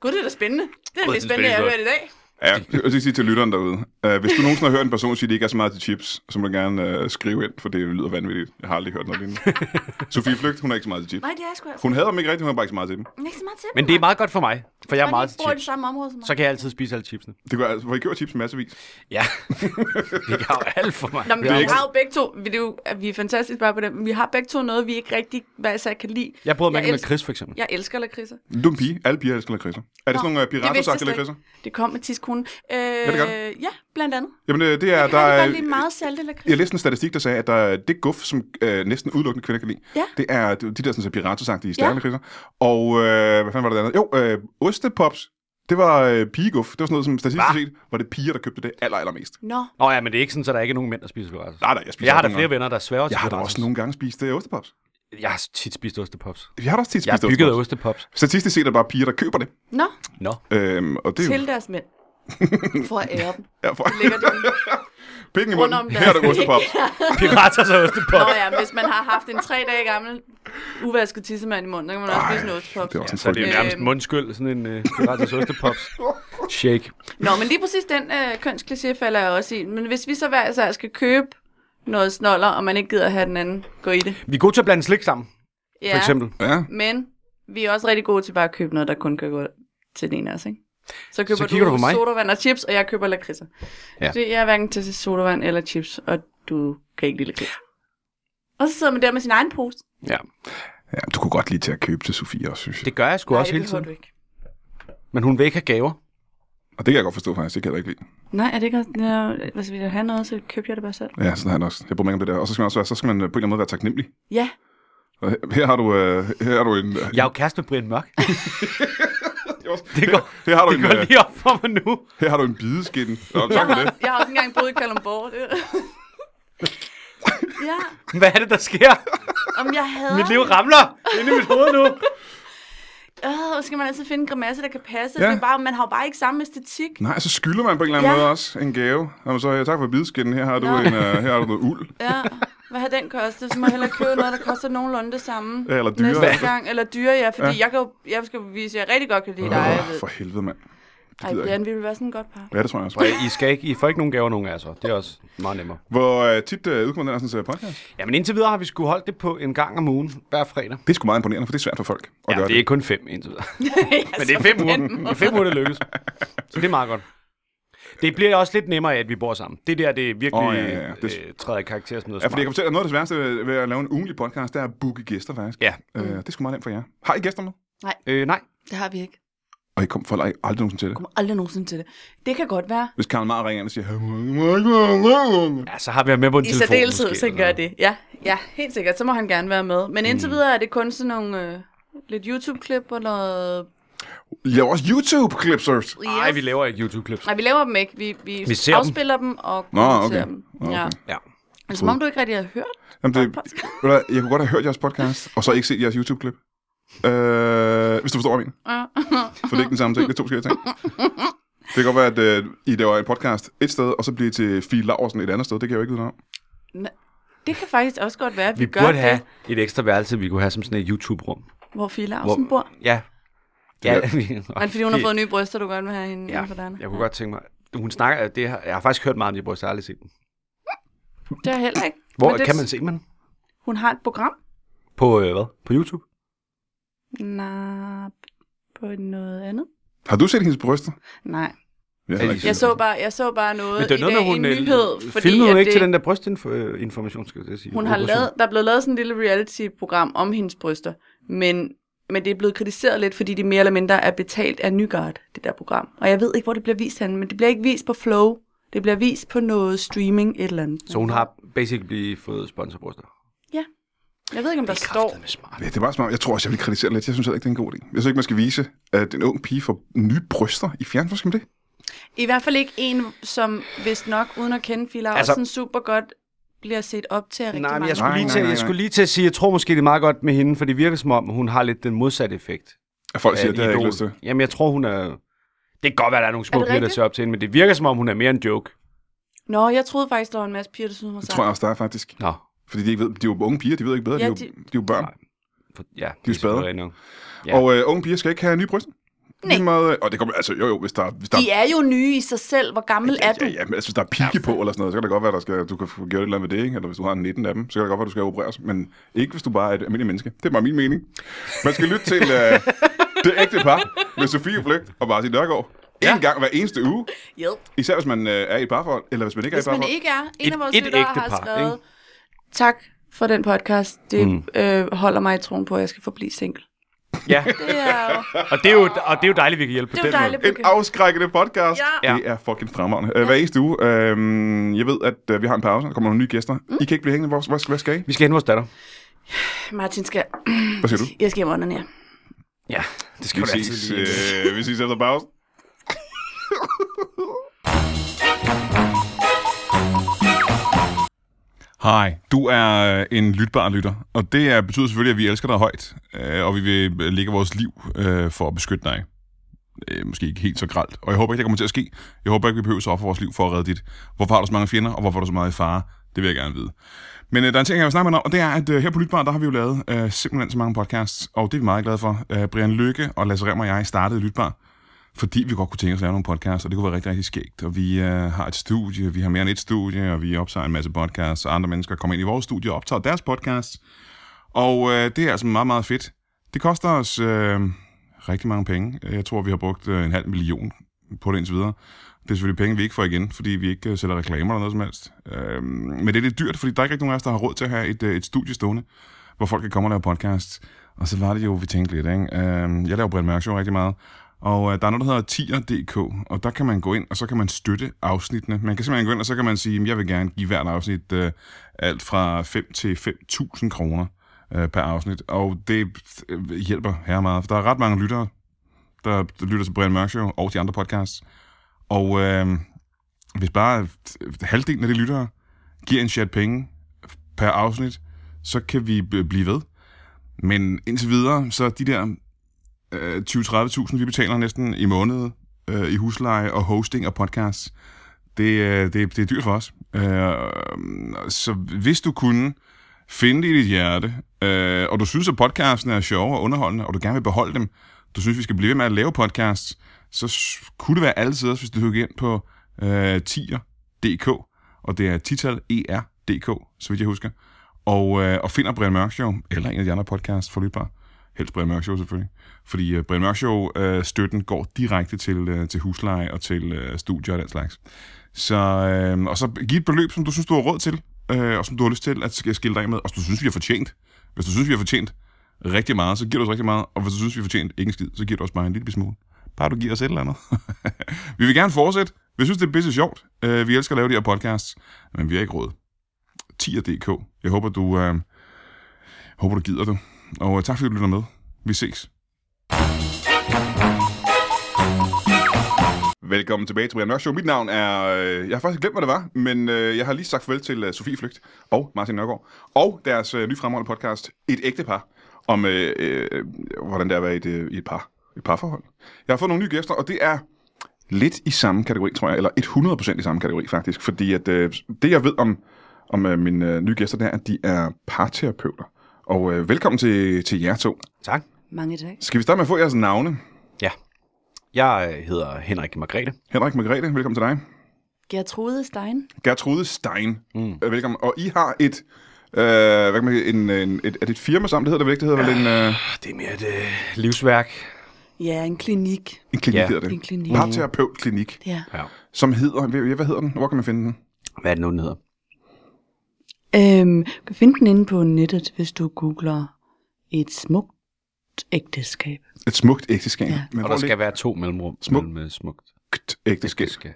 gud, det er da spændende. Det er da
Gud,
lidt
det er
spændende, jeg har
spændende
hørt i dag.
Ja, jeg vil sige til lytteren derude. Uh, hvis du nogensinde har hørt en person sige, at de ikke er så meget til chips, så må du gerne uh, skrive ind, for det lyder vanvittigt. Jeg har aldrig hørt noget lignende. Sofie Flygt, hun er ikke så meget til chips.
Nej, det er jeg sgu altså.
Hun hader dem ikke rigtigt, hun er bare ikke så meget til dem.
Hun... Ikke så meget til
Men det er meget godt for mig, for jeg er
Jeg
meget til
bor i det
chips.
samme område som mig.
Så kan jeg altid spise alle chipsene.
Det gør, altså, for I køber chips massevis.
Ja, <laughs> det gør jo alt for mig.
Nå, men vi
Det er ikke-
har jo begge to, vi, det er jo, at vi er fantastisk bare på det, men vi har begge to noget, vi ikke rigtig hver især kan lide.
Jeg bryder mig ikke om
elsker-
lakrids, for eksempel.
Jeg elsker lakridser.
Du er en pige. Alle piger elsker lakridser. Er det sådan nogle uh, piratersagte lakridser?
Det kom med tidskonen. Øh, ja,
det gør
ja, blandt andet.
Jamen, øh, det er...
Jeg
der
kan rigtig
er
godt lide meget salte lakridser.
jeg læste en statistik, der sagde, at der, er det guf, som øh, næsten udelukkende kvinder kan lide,
Ja.
det er de der sådan, så piratosagtige stærkelekriser. Og øh, hvad fanden var det andet? Jo, øh, ostepops, det var øh, pigeguf. Det var sådan noget, som statistisk
Hva?
set var det piger, der købte det aller, allermest.
Nå,
Nå ja, men det er ikke sådan, at der ikke er nogen mænd, der spiser græs.
Nej, nej, jeg spiser
Jeg har
også
da
nogle
flere
gange.
venner, der sværger til
Jeg har da
Piratas.
også nogle gange spist øh, ostepops.
Jeg har tit spist ostepops.
Jeg har da også tit
Jeg
spist
har bygget af
ostepops.
ostepops.
Statistisk set er det bare piger, der køber det.
nå,
Nå.
Øhm, og det er
til
jo...
deres mænd. For at ære dem.
Herfor.
<laughs> Ligger de
Penge i
rundt om
munden.
deres
Her er der ostepops.
<laughs> Piratas og
Nå
ostepops.
ja, hvis man har haft en tre dage gammel uvasket tissemand i munden, så kan man også spise en ostepop.
det er også en
Så det er jo
frygtelig...
nærmest mundskyld, sådan en uh, piratas
<laughs>
ostepops shake.
Nå, men lige præcis den øh, kønskliché falder jeg også i. Men hvis vi så hver især skal købe noget snoller, og man ikke gider have den anden, gå i det.
Vi er gode til at blande slik sammen,
Ja,
for eksempel.
Ja,
men vi er også rigtig gode til bare at købe noget, der kun kan gå til den ene af os, ikke? Så køber
Så kigger du på mig.
sodavand og chips, og jeg køber lakridser.
Ja.
Ja. Så jeg er hverken til sodavand eller chips, og du kan ikke lide lakridser. Og så sidder man der med sin egen pose.
Ja.
ja, du kunne godt lide til at købe til Sofie også, synes jeg.
Det gør jeg sgu
Nej,
også
det
hele tiden.
behøver du ikke.
Men hun vil ikke have gaver.
Og det kan jeg godt forstå faktisk, det kan jeg da ikke lide.
Nej, er det ikke også, ja, hvis vi vil have noget, så køber jeg det bare selv.
Ja, sådan har jeg det også. Jeg bruger mig ikke om det der. Og så skal man også være, så skal man øh, på en eller anden måde være taknemmelig.
Ja,
Og her- her har du, øh, her har du en... øh,
Jeg er jo kæreste med Brian <laughs> Mørk. det
her,
går-
her, har du
Det
en,
går
øh,
lige op for mig nu.
her har du en bideskin.
<laughs>
Nå, tak for det.
jeg har også engang boet i Kalundborg. Det. ja, <laughs>
Hvad er det, der sker?
om jeg
<laughs>
hader...
Mit liv ramler inde i mit hoved nu.
øh, skal man altid finde en grimasse, der kan passe?
Ja.
Ja. Det er bare, man har jo bare ikke samme æstetik.
Nej, så skylder man på en eller anden ja.
Ja.
måde også en gave. Jamen, så, ja, tak for bidskinnen. Her har du,
Nå.
en, uh, her har du
<laughs>
noget uld.
Ja. Hvad har den kostet? Så må jeg hellere købe noget, der koster nogenlunde det samme.
Ja, eller dyrere.
Næste gang. Eller dyre, ja. Fordi ja. jeg, kan jo, jeg skal vise, at jeg rigtig godt kan lide dig. Jeg
Åh,
ved.
for helvede, mand.
Ej,
gider jeg
Brian, vi vil være sådan et godt
<laughs>
par.
Ja, det tror jeg også.
I, skal ikke, I får ikke nogen gaver, nogen af jer så. Det er også meget nemmere.
Hvor uh, tit uh, udkommer den her sådan, uh, podcast?
Jamen indtil videre har vi skulle holdt det på en gang om ugen, hver fredag.
Det er sgu meget imponerende, for det er svært for folk at
Ja,
gøre
det er kun fem indtil videre.
<laughs> ja,
Men det er fem <laughs> uger. Det er fem uger, det lykkes. Så det er meget godt. Det bliver også lidt nemmere af, at vi bor sammen. Det der, det virkelig
Åh,
oh,
ja,
ja,
ja, ja. Det-
Øh, træder i karakter som noget
Ja, fordi jeg
smart.
kan fortælle, at noget af det sværeste ved at lave en ugenlig podcast, det er at booke gæster, faktisk.
Ja.
Øh, det er sgu meget nemt for jer. Har I gæster med?
Øh, nej.
Det har vi ikke.
Og I kom for aldrig nogensinde til det.
Jeg kommer aldrig nogensinde til det. Det kan godt være.
Hvis Karl Marr ringer ind og siger... "Hey, må jeg- må jeg- må jeg- må jeg- må jeg-"
Ja, så har vi ham med på en
I
telefon.
særdeleshed,
måske,
så
eller Mm.
gør
noget.
det. Ja, ja, helt sikkert. Så må han gerne være med. Men indtil videre er det kun sådan nogle øh, lidt YouTube-klip og noget...
I laver også YouTube-clipsers.
Nej, vi laver ikke YouTube-klips.
Nej, vi laver dem ikke. Vi, vi,
Vi ser dem.
afspiller dem, og
Nå,
kommenterer
okay.
dem.
Nå,
Ja.
okay.
Ja.
Men som om du ikke rigtig har hørt.
Jamen, det,
podcast.
ved du hvad, jeg kunne godt have hørt jeres podcast, og så ikke set jeres YouTube-klip. Øh, hvis du forstår, hvad jeg mener. For det er ikke den samme ting, det er to forskellige ting. Det kan godt være, at øh, I laver en podcast et sted, og så bliver I til Fie Laversen et andet sted. Det kan jeg jo ikke vide noget om.
Det kan faktisk også godt være, at vi,
Vi
gør
burde
det,
have et ekstra værelse, vi kunne have som sådan et YouTube-rum.
hvor Fie Larsen bor.
Ja.
er-
<laughs> Ja,
Men fordi hun har fået nye bryster, du godt vil have hende ja.
Ja,
inden for dig.
jeg kunne godt tænke mig... Hun snakker... Det har, jeg har faktisk hørt meget om de bryster, jeg har aldrig set dem.
Det har jeg heller ikke.
Hvor
Men det,
kan man se dem?
Hun har et program.
På øh, hvad? På YouTube?
Nej, på noget andet.
Har du set hendes bryster?
Nej.
Jeg, har heller ikke
Jeg
set
så bare, jeg så bare noget,
Men det er noget,
i dag,
når hun
en nyhed,
øh,
fordi
filmede hun
at
ikke
det,
til den der brystinformation, skal jeg sige.
hun har
Operation.
lavet, der er blevet lavet sådan et lille reality-program om hendes bryster, men, men det er blevet kritiseret lidt, fordi det mere eller mindre er betalt af Nygaard, det der program. Og jeg ved ikke, hvor det bliver vist henne, men det bliver ikke vist på Flow. Det bliver vist på noget streaming et eller andet.
Så hun har basically fået sponsorbryster.
Ja. Jeg ved ikke, om der står...
Med smart.
den. ja, det var smart. Jeg tror også, jeg vil kritisere lidt. Jeg synes heller ikke, det er en god idé. Jeg synes ikke, man skal vise, at en ung pige får nye bryster i fjernsynet. Skal man det?
I hvert fald ikke en, som hvis nok, uden at kende Fie Larsen altså,
Altså-
super godt, bliver set op til af rigtig
Nej, men
mange.
jeg skulle,
Nej,
lige
nej,
til,
nej,
jeg
nej.
skulle lige til at sige, jeg tror måske, det er meget godt med hende, for det virker som om, hun har lidt den modsatte effekt.
At folk
af
siger, at det har jeg ikke
Idol.
lyst til.
Jamen, jeg tror, hun er... Det kan godt være, der er nogle
Er
små
det
piger, der
rigtigt?
ser op til hende, men det virker som om, hun er mere en joke.
Nå, jeg troede faktisk, der var en masse piger, der synes, hun var
Det tror jeg
sej.
også, der er faktisk.
Nå,
Fordi de, ikke ved, de er jo unge piger, de ved ikke bedre.
Ja,
Ja, de, er jo, de
de-
er jo børn.
Nej. for, ja,
De er
sgu
spade.
rigtigt nok.
Ja.
Ja.
Og øh, unge piger skal ikke have nye bryster.
Nej.
Lige Meget, og det kommer, altså, jo jo, hvis der, hvis der,
De er jo nye i sig selv. Hvor gammel er du?
ja, ja, men altså, hvis der er pigge på eller sådan noget, så kan det godt være, der skal, du kan få gjort et eller andet ved det, ikke? Eller hvis du har 19 af dem, så kan det godt være, du skal opereres. Men ikke hvis du bare er et almindeligt menneske. Det er bare min mening. Man skal lytte til
<laughs>
øh, det ægte par med Sofie Flægt og Martin Nørgaard. En
Ja.
gang hver eneste uge.
Hjælp.
Især hvis man øh, er i et parforhold, eller hvis man ikke
Hvis
er i et
man
parforhold.
ikke er, en
Et-
af vores
et
lyttere
ægte
har
par,
skrevet, tak for den podcast. Det mm. øh, holder mig i troen på, at jeg skal forblive single.
<laughs> ja.
Det er jo,
Og, det er jo, og det er jo dejligt, vi kan hjælpe på
det er
den
jo dejligt.
En
Bukke.
afskrækkende podcast.
Ja.
Det er fucking fremragende. Øh, Hver eneste uge. Øh, jeg ved, at øh, vi har en pause. Der kommer nogle nye gæster.
Mm.
I kan ikke blive hængende. Hvor, hvad, skal- hvad skal I?
måde. Vi skal hente vores datter.
Martin skal...
Hvad siger du?
Jeg skal hjem under her.
Ja, det skal
Vi
du altid
ses,
lige.
øh, vi ses efter pausen. Hej, du er øh, en lytbar lytter, og det er, betyder selvfølgelig, at vi elsker dig højt, øh, og vi vil øh, lægge vores liv øh, for at beskytte dig. Øh, måske ikke helt så gralt, og jeg håber ikke, det kommer til at ske. Jeg håber ikke, vi behøver så ofre vores liv for at redde dit. Hvorfor har du så mange fjender, og hvorfor er du så meget i fare? Det vil jeg gerne vide. Men øh, der er en ting, jeg vil snakke med dig om, og det er, at øh, her på Lytbar, der har vi jo lavet øh, simpelthen så mange podcasts, og det er vi meget glade for. Øh, Brian Lykke og Lasse Remmer og jeg startede Lytbar, fordi vi godt kunne tænke os at lave nogle podcasts, og det kunne være rigtig, rigtig skægt. Og vi øh, har et studie, vi har mere end et studie, og vi optager en masse podcasts, og andre mennesker kommer ind i vores studie og optager deres podcasts. Og øh, det er altså meget, meget fedt. Det koster os øh, rigtig mange penge. Jeg tror, vi har brugt øh, en halv million på det indtil videre. Det er selvfølgelig penge, vi ikke får igen, fordi vi ikke øh, sælger reklamer eller noget som helst. Øh, men det er lidt dyrt, fordi der er ikke rigtig nogen af os, der har råd til at have et, øh, et studie stående, hvor folk kan komme og lave podcasts. Og så var det jo, vi tænkte lidt, ikke? Øh, jeg laver Brian Mørk Show rigtig meget. Og øh, der er noget, der hedder tier.dk, og der kan man gå ind, og så kan man støtte afsnittene. Man kan simpelthen gå ind, og så kan man sige, at jeg vil gerne give hvert afsnit øh, alt fra 5 til 5.000 kroner øh, per afsnit. Og det øh, hjælper her meget, for der er ret mange lyttere, der lytter til Brian Mørk Show og de andre podcasts. Og øh, hvis bare halvdelen af de lyttere giver en chat penge per afsnit, så kan vi b- blive ved. Men indtil videre, så de der øh, 20-30.000, vi betaler næsten i måneden øh, i husleje og hosting og podcasts. Det, øh, det, det er dyrt for os. Øh, så hvis du kunne finde det i dit hjerte, øh, og du synes, at podcasten er sjove og underholdende, og du gerne vil beholde dem, du synes, vi skal blive ved med at lave podcasts, så s- kunne det være altid også, hvis du gik ind på øh, tier.dk, og det er tital E er.dk, så vidt jeg husker, og, øh, og finder Brian Mørk Show, eller en af de andre podcasts for lytbar. Helst Brian Mørk Show selvfølgelig. Fordi øh, Brian Mørk Show-støtten går direkte til, øh, til husleje og til øh, studier og den slags. Så, øh, og så giv et beløb, som du synes, du har råd til, øh, og som du har lyst til at sk- skille dig af med, og som du synes, vi har fortjent. Hvis du synes, vi har fortjent rigtig meget, så giver du os rigtig meget, og hvis du synes, vi har fortjent ikke en skid, så giver du os bare en lille smule. Bare du giver os et eller andet. <laughs> vi vil gerne fortsætte. Vi synes, det er pisse sjovt. Øh, vi elsker at lave de her podcasts, men vi har ikke råd. 10.dk. Jeg håber, du, øh, håber, du gider det. Og øh, tak fordi du lytter med. Vi ses. Velkommen tilbage til Brian Mørk Show. Mit navn er... Øh, jeg har faktisk glemt, hvad det var, men øh, jeg har lige sagt farvel til øh, Sofie Flygt og Martin Nørgaard. Og deres øh, nye fremragende podcast, Et ægte par, om øh, øh, hvordan det er at være i et, øh, i et par. Et parforhold. Jeg har fået nogle nye gæster, og det er lidt i samme kategori, tror jeg. Eller 100% i samme kategori, faktisk. Fordi at, øh, det, jeg ved om, om øh, mine øh, nye gæster, det er, at de er parterapeuter. Og øh, velkommen til, til jer to.
Tak.
Mange tak.
Skal vi starte med at få jeres navne?
Ja. Jeg øh, hedder Henrik Margrethe.
Henrik Margrethe, velkommen til dig.
Gertrude Stein.
Gertrude Stein. Mm. Velkommen. Og I har et, øh, hvad kan man sige, en, en, et, er det et firma sammen? Det hedder det vel ikke? Det hedder vel en, øh,
Det er mere et øh, livsværk.
Ja, en klinik.
en klinik,
Ja.
hedder det.
En klinik.
Parterapeutklinik,
Ja.
Ja.
som hedder, hvad hvad hedder den? Hvor kan man finde den?
Hvad er det nu, den hedder?
Øhm, du kan finde den inde på nettet, hvis du googler et smukt ægteskab.
Et smukt ægteskab.
Ja.
Men hvor
Og der skal være to mellemrum
Smuk.
mellem øh, smukt.
ligger ægteskab?
ægteskab.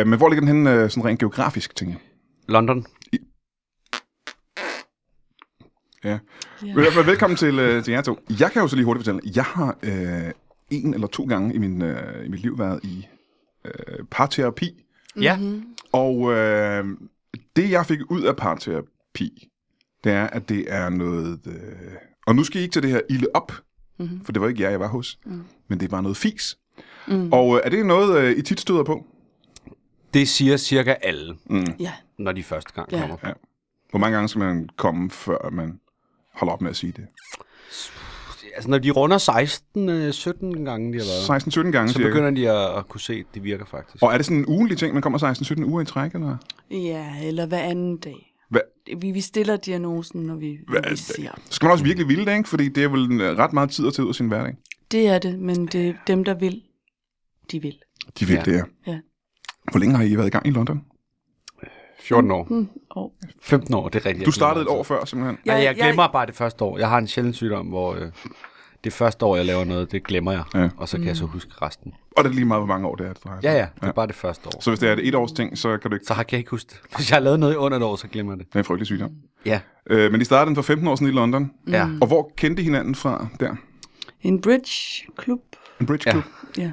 Øh, men hvor ligger den henne øh, sådan rent geografisk, tænker jeg?
London.
Ja.
Ja.
I hvert fald velkommen til, øh, til jer to. Jeg kan jo så lige hurtigt fortælle, jeg har øh, en eller to gange i, min, øh, i mit liv været i øh, parterapi,
Ja.
Mhm.
og øh, det jeg fik ud af parterapi, det er, at det er noget... Øh, og nu skal I ikke til det her ilde op, mm-hmm. for det var ikke jer, jeg var hos, mm. men det er bare noget fis. Mm. Og øh, er det noget, øh, I tit støder på?
Det siger cirka alle,
Ja.
når de første gang
Ja.
kommer.
Hvor mange gange skal man komme, før man holder op med at sige det?
Altså, når de runder 16, øh, 17 gange, de har været,
16-17 gange,
så begynder de at, at kunne se, at det virker faktisk.
Og er det sådan en ugenlig ting, man kommer 16-17 uger i træk, eller?
ja, eller hver anden dag.
Hvad?
Vi, vi stiller diagnosen, når vi, når vi ser.
Så skal man også virkelig ville det, ikke? Fordi det er vel øh, ret meget tid at tage ud af sin hverdag.
Det er det, men det er dem, der vil, de vil.
De vil ja.
Ja.
det, ja.
Ja.
Hvor længe har I været i gang i London?
14 år.
Mm. Og,
15 år, det er rigtigt.
Du startede et år før, simpelthen.
Ja, jeg glemmer jeg... bare det første år. Jeg har en sjælden sygdom, hvor øh, det første år, jeg laver noget, det glemmer jeg.
Ja.
Og så kan jeg så huske resten.
Og det er lige meget, hvor mange år det er, det drejer sig
Ja,
om.
ja, det er bare det første år.
Så hvis det er et års ting, så kan du ikke...
Så har jeg ikke huske det. Hvis jeg har lavet noget i under et år, så glemmer jeg det.
Det er en frygtelig sygdom.
Ja.
Øh, men I startede den for 15 år siden i London.
Mm. ja.
Og hvor kendte I hinanden fra der?
En bridge-klub.
En bridge club?
Ja,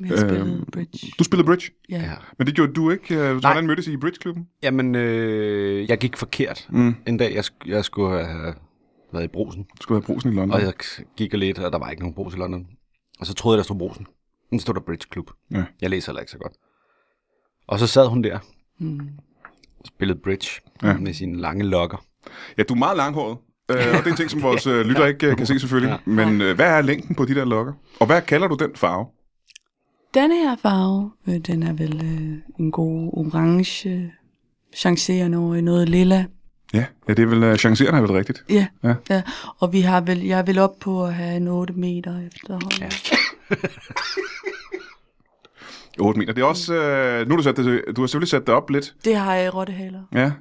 vi har spillet bridge.
Du spillede bridge,
Ja.
Øhm, ja.
ja.
men det gjorde du ikke. Øh, Hvordan mødtes I i bridge klubben?
Jamen, øh, jeg gik forkert mm. en dag. Jeg, sk- jeg skulle have været i brusen.
Du skulle have brusen i London.
Og jeg gik og lidt, og der var ikke nogen brus i London. Og så troede jeg, der stod brusen. Men så stod der Bridge Club.
Ja.
Jeg læser heller ikke så godt. Og så sad hun der. Mm. Spillede bridge
Ja.
ja. med sine lange lokker.
Ja, du er meget langhåret. Øh, og det er en ting,
<laughs>
som vores øh, lytter ikke øh, kan se selvfølgelig. Men øh, hvad er længden på de der lokker? Og hvad kalder du den farve?
Den her farve, øh, den er vel øh, en god orange, chancerende over i noget lilla.
Ja, ja det er vel uh, chancerne er vel rigtigt.
Ja,
Ja.
ja. ja. Og vi har vel, jeg er vel op på at have en 8 meter efterhånden. Ja.
8 meter. Det er også, uh, nu har du, sat det, du har selvfølgelig sat det op lidt.
Det har jeg i rottehaler.
Ja. <laughs>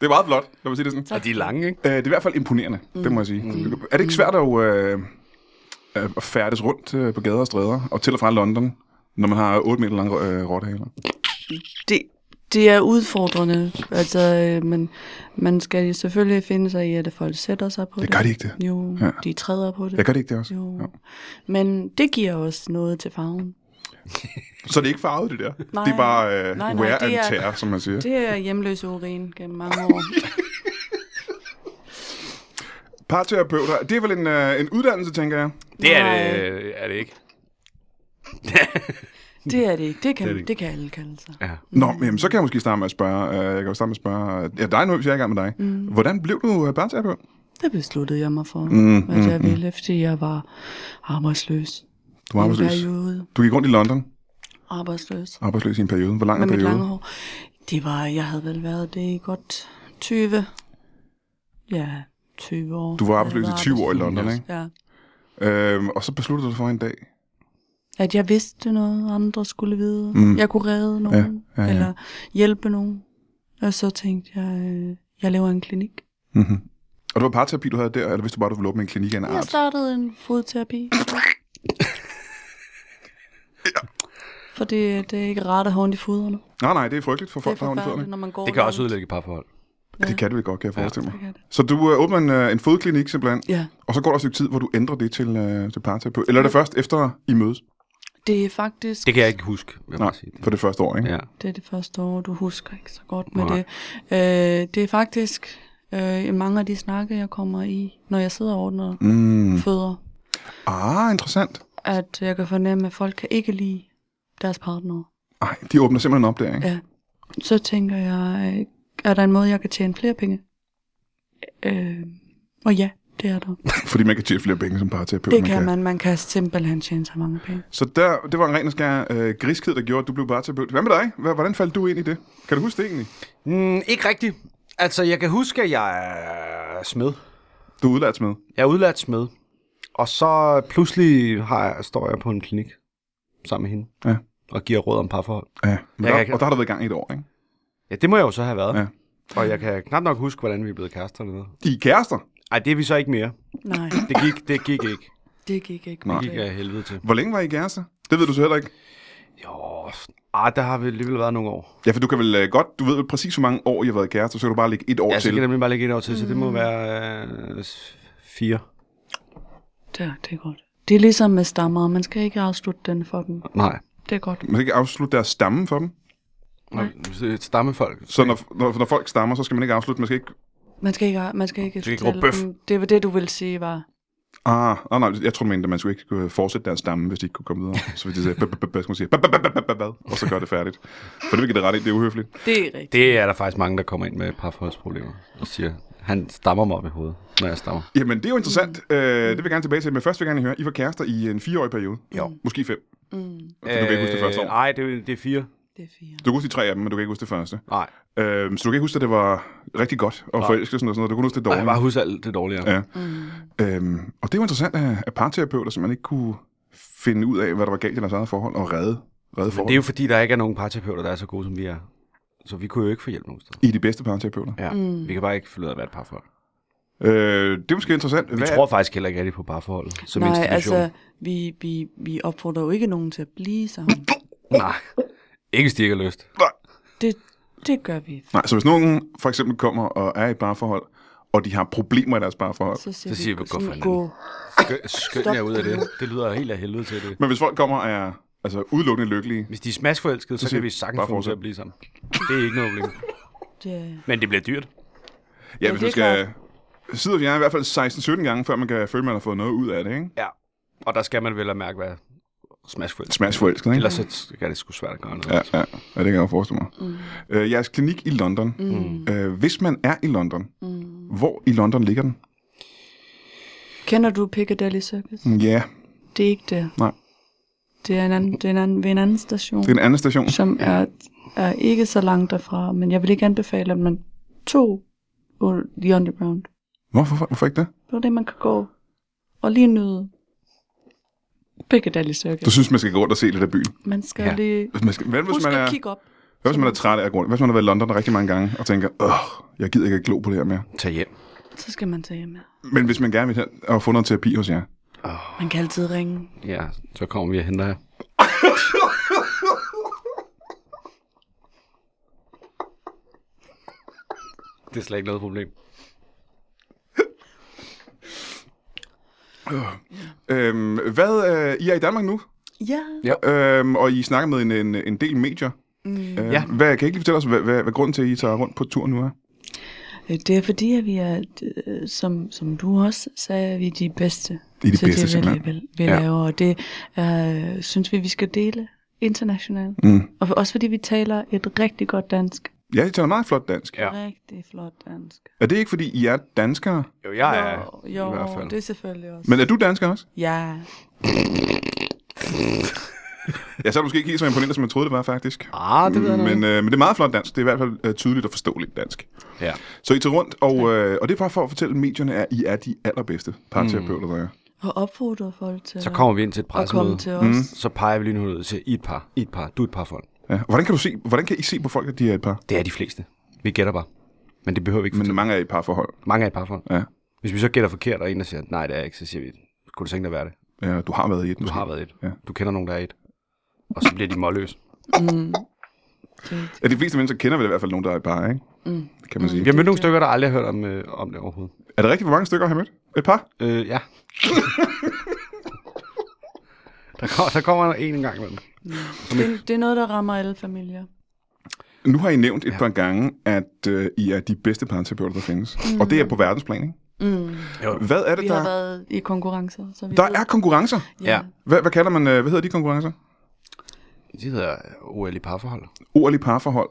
det er meget flot, lad mig sige det sådan.
Og de er lange, ikke?
Uh, det er i hvert fald imponerende, mm. det må jeg sige. Mm. Er det ikke svært at, uh, at færdes rundt uh, på gader og stræder, og til og fra London, når man har 8 meter lange uh, rottehaler?
Det, det er udfordrende. Altså, øh, men man skal selvfølgelig finde sig i, at folk sætter sig på det.
Det gør de ikke det.
Jo,
Ja.
ja. de træder på det.
Jeg gør det ikke det også.
Jo. Ja. Men det giver også noget til farven.
Så det er ikke farvet, det der?
Nej.
det er bare uh,
Nej,
nej,
nej,
wear
det
and
er-
tear, som man siger.
Det er hjemløs urin gennem mange år.
Parterapeuter, det er vel en, øh, en uddannelse, tænker jeg.
Det er
Nej.
det, øh, er det ikke.
Det er det ikke. Det kan,
Det er det ikke.
det det kan alle kalde sig.
Ja.
Nå,
Mm.
men jamen, så kan jeg måske starte med at spørge, øh, jeg kan jo starte med at spørge øh, ja, dig nu, hvis jeg er i gang med dig. Mm. Hvordan blev du øh, parterapeut?
Det besluttede jeg mig for, mm, at jeg ville, fordi jeg var arbejdsløs.
Du var
I en
arbejdsløs.
periode.
Du gik rundt i London,
Arbejdsløs.
arbejdsløs i en periode. Hvor lang
Med
en
mit
periode?
lange hår. Det var, jeg havde vel været det i godt 20. Ja, 20 år.
Du var arbejdsløs i 20 år i London, ikke?
Ja.
Øhm, og så besluttede du dig for en dag.
At jeg vidste noget, andre skulle vide. Mm. Jeg kunne redde nogen,
Ja, ja, ja.
eller hjælpe nogen. Og så tænkte jeg, øh, jeg laver en klinik.
Og det var parterapi, du havde der, eller vidste du bare, du ville åbne en klinik af en
Jeg
art?
startede en
<laughs>
fodterapi. For det, det er ikke rart at have ondt i foderne.
Nej, nej, det er frygteligt for
Det er
folk, der har ondt i fødderne.
forfærdeligt, når man går
Det kan
rundt.
også ødelægge parforhold.
Ja. Det kan det vel godt, kan jeg forestille mig.
det kan det.
Så du øh, åbner en, øh, en fodklinik simpelthen,
Ja,
og så går der et stykke tid, hvor du ændrer det til, øh, til parterapeut. Eller er det først efter, I mødes?
det er faktisk
Det
det,
kan jeg ikke huske, vil jeg
Nej,
bare sige.
for det første år, ikke?
Ja.
det, er det første år, du husker ikke så godt med
Nej.
det. Øh, det er faktisk øh, mange af de snakke, jeg kommer i, når jeg sidder og ordner
Mm.
fødder,
Ah, interessant.
at jeg kan fornemme, at folk kan ikke lide deres partner.
Ej, de åbner simpelthen op der, ikke?
Ja. Så tænker jeg, øh, er der en måde, jeg kan tjene flere penge? Øh, og ja, det er der.
Fordi man kan tjene flere penge som parterapeut.
Det kan man. Man kan simpelthen tjene så mange penge.
Så der, det var en ren og skær øh, griskhed, der gjorde, at du blev parterapeut. Hvad med dig? Hva- Hvordan faldt du ind i det? Kan du huske det egentlig?
Mm, ikke rigtigt. Altså, jeg kan huske, at jeg er smed.
Du er udlært smed.
Jeg er udlært smed. Og så pludselig har jeg, står jeg på en klinik sammen med hende.
Ja.
Og giver råd om parforhold.
Ja. Men
Ja,
der,
jeg kan-
Og der har der været gang i et år, ikke?
Ja, det må jeg jo så have været.
Ja.
Og jeg kan knap nok huske, hvordan vi er blevet kærester eller noget.
I er kærester?
Ej, det er vi så ikke mere.
Nej,
Det gik, det gik ikke.
det gik ikke.
Nej.
Det gik af helvede til.
Hvor længe var I kærester? Det ved du så heller ikke.
Jo, ah, der har vi alligevel været nogle år.
Ja, for du kan vel øh, godt, du ved vel præcis, hvor mange år I har været kærester, så kan du bare lægge et år
Ja, så
til.
kan det nemlig bare ligge et år til, så det må være øh, s- fire.
Ja, det er godt. Det er ligesom med stammer. Man skal ikke afslutte den for dem.
Nej.
Det er godt.
Man kan ikke afslutte deres stamme for dem.
Nå, det er Øh, Et stammefolk.
Så når, når, når folk stammer, så skal man ikke afslutte. Man skal ikke...
Man skal ikke, man skal ikke,
skal ikke
fortælle
råbe bøf.
dem. Det var det, du ville sige, var...
Ah, nej, nej, jeg tror, du mente, at man skulle ikke kunne fortsætte deres stamme, hvis de ikke kunne komme videre. Så hvis de sagde, "Bap, bap, bap", så skulle man sige, "Bap, bap, bap, bap, bap", og så gør det færdigt. For det vil give det ret i, det er uhøfligt.
Det er rigtigt.
Det er der faktisk mange, der kommer ind med parforholdsproblemer og siger, han stammer mig op i hovedet, når jeg stammer.
Jamen, det er jo interessant. Øh, det vil jeg gerne tilbage til. Men først vil jeg gerne høre, I var kærester i en fireårig periode. Ja. Måske fem. Mm. Du kan ikke huske det første år.
Øh, Nej, det, det er fire.
Det er fire.
Du kan huske de tre af dem, men du kan ikke huske det første.
Nej,
Øh, så du kan ikke huske, at det var rigtig godt og forelskelsen og sådan noget. Du kan huske det
og jeg Mm.
dårligt.
bare husker alt det dårligere.
Ja. Øhm, og det er jo interessant, at, at parterapeuter simpelthen ikke kunne finde ud af, hvad der var galt i deres eget forhold, og redde, redde
Men det er
forhold.
jo fordi, der ikke er nogen parterapeuter, der er så gode, som vi er. Så vi kunne jo ikke få hjælp nogen steder.
I er de bedste parterapeuter.
Ja. Mm. Vi kan bare ikke finde ud af, hvad et parforhold er.
Øh, det er måske interessant.
Vi
Hvad
tror faktisk heller ikke rigtigt på parforholdet som
Nej,
institution.
altså, vi, vi, vi opfordrer jo ikke nogen til at blive sammen.
<laughs> Nej, ikke hvis de ikke har lyst.
Det, det gør vi.
Nej, så hvis nogen for eksempel kommer og er i et parforhold, og de har problemer i deres parforhold,
Så siger,
Så siger vi, gå
sådan,
for hinanden. Skøn, skøn jer ud af det. Det lyder helt af helvede til det.
men hvis folk kommer og er altså, udelukkende lykkelige,
Hvis de er smaskforelskede, så, så
siger
kan vi
vi,
sagtens
bare
få dem til
fortsæt.
at blive sammen. Det er ikke noget <laughs> problem.
Det,
Men det bliver dyrt.
ja, hvis
det
du
er
skal sidde og fjerne i hvert fald 16-17 gange, før man kan føle, man har fået noget ud af det, ikke?
Ja. Og der skal man vel at mærke, hvad smaskforelskede
Smash forelsket, ikke?
Ellers så er det sgu svært at gøre noget.
Ja, ja, ja, det kan jeg godt forestille mig. Mm. Øh, jeres klinik i London. Mm. Øh, hvis man er i London, mm. hvor i London ligger den?
kender du Piccadilly Circus?
Mm, Ja,
Det er ikke der.
Nej.
Det er, en anden, det er en anden, ved en anden station.
det er en anden station.
som er, er ikke så langt derfra, men jeg vil ikke anbefale, at man tog u- The Underground.
Hvorfor, hvorfor ikke det?
Det var det, man kan gå og lige nyde Piccadilly
Du
Circus.
synes, man skal gå rundt og se lidt af byen.
Man skal
Ja.
ja. lige
Hvis Man skal, hvad, hvis
huske
man er,
at kigge op.
hvad hvis man er træt af at gå rundt? Hvad hvis man har været i London rigtig mange gange og tænker, åh, jeg gider ikke at glo på det her mere.
Tag hjem.
Så skal man tage hjem. ja.
Men hvis man gerne vil hen og få noget terapi hos jer.
Man kan altid ringe.
Ja, så kommer vi og henter jer. det er slet ikke noget problem.
Øhm, hvad, øh, I er i Danmark nu,
Ja.
Ja.
øhm, og I snakker med en, en, en del medier. Mm. Øh,
Ja.
hvad, kan I ikke lige fortælle os, hvad, hvad, hvad grunden til, at I tager rundt på turen nu er?
Øh, Det er fordi, at vi er, øh, som, som du også sagde, vi er de bedste.
I er de
til
bedste,
det,
simpelthen.
vi, vi, vi
Ja.
ja. laver, og det øh, synes vi, vi skal dele internationalt.
Mm.
Og for- også fordi vi taler et rigtig godt dansk.
Ja, de taler meget flot dansk.
Ja.
Ja. Rigtig flot dansk.
Er det ikke, fordi I er danskere?
Jo, jeg er...
jo, jo
i hvert fald.
det er selvfølgelig også.
Men er du dansker også?
Ja.
Ja, så er det måske ikke helt så imponerende, som jeg troede, det var faktisk.
Ah, det ved jeg
men,
men,
øh, men det er meget flot dansk. Det er i hvert fald øh, tydeligt og forståeligt dansk.
ja.
Så I tager rundt, og, øh, og det er bare for at fortælle medierne, at I er de allerbedste parterapeuter, der er.
Og opfordrer folk til
Så kommer vi ind til et
at komme
pressemøde,
til os. Mm.
så peger vi lynhurtigt ud til, I er et par, I er et par, du er et par folk.
Ja. Og Hvordan, kan du se, hvordan kan I se på folk, at de er et par?
Det er de fleste. Vi gætter bare. Men det behøver vi ikke
Men
fortælle.
mange er i parforhold.
Mange er et par folk.
Ja.
Hvis vi så gætter forkert, og en der siger, nej, det er jeg ikke, så siger vi, kunne du tænke dig at være det?
ja. Du har været i et,
Du har været et.
Ja.
Du kender nogen, der er et. Og så bliver de målløse.
Ja, de fleste mennesker kender vel i hvert fald nogen, der er i par, ikke? Mm. Kan man sige.
Vi har mødt nogle stykker, der aldrig har hørt om, øh, om det overhovedet.
Er det rigtigt, hvor mange stykker har I mødt? Et par?
Øh, ja. der, kommer, der kommer en en gang imellem.
Det, det er noget, der rammer alle familier.
Nu har I nævnt et ja. par gange, at øh, I er de bedste parterapeuter, der findes. Mm. Og det er på verdensplan, ikke?
Jo.
Hvad er det,
Vi
der...
har været i konkurrencer. Så vi
Der
ved-
er konkurrencer.
Ja.
Hvad, hvad kalder man... øh, Hvad hedder de konkurrencer?
De hedder OL i parforhold.
Ord i parforhold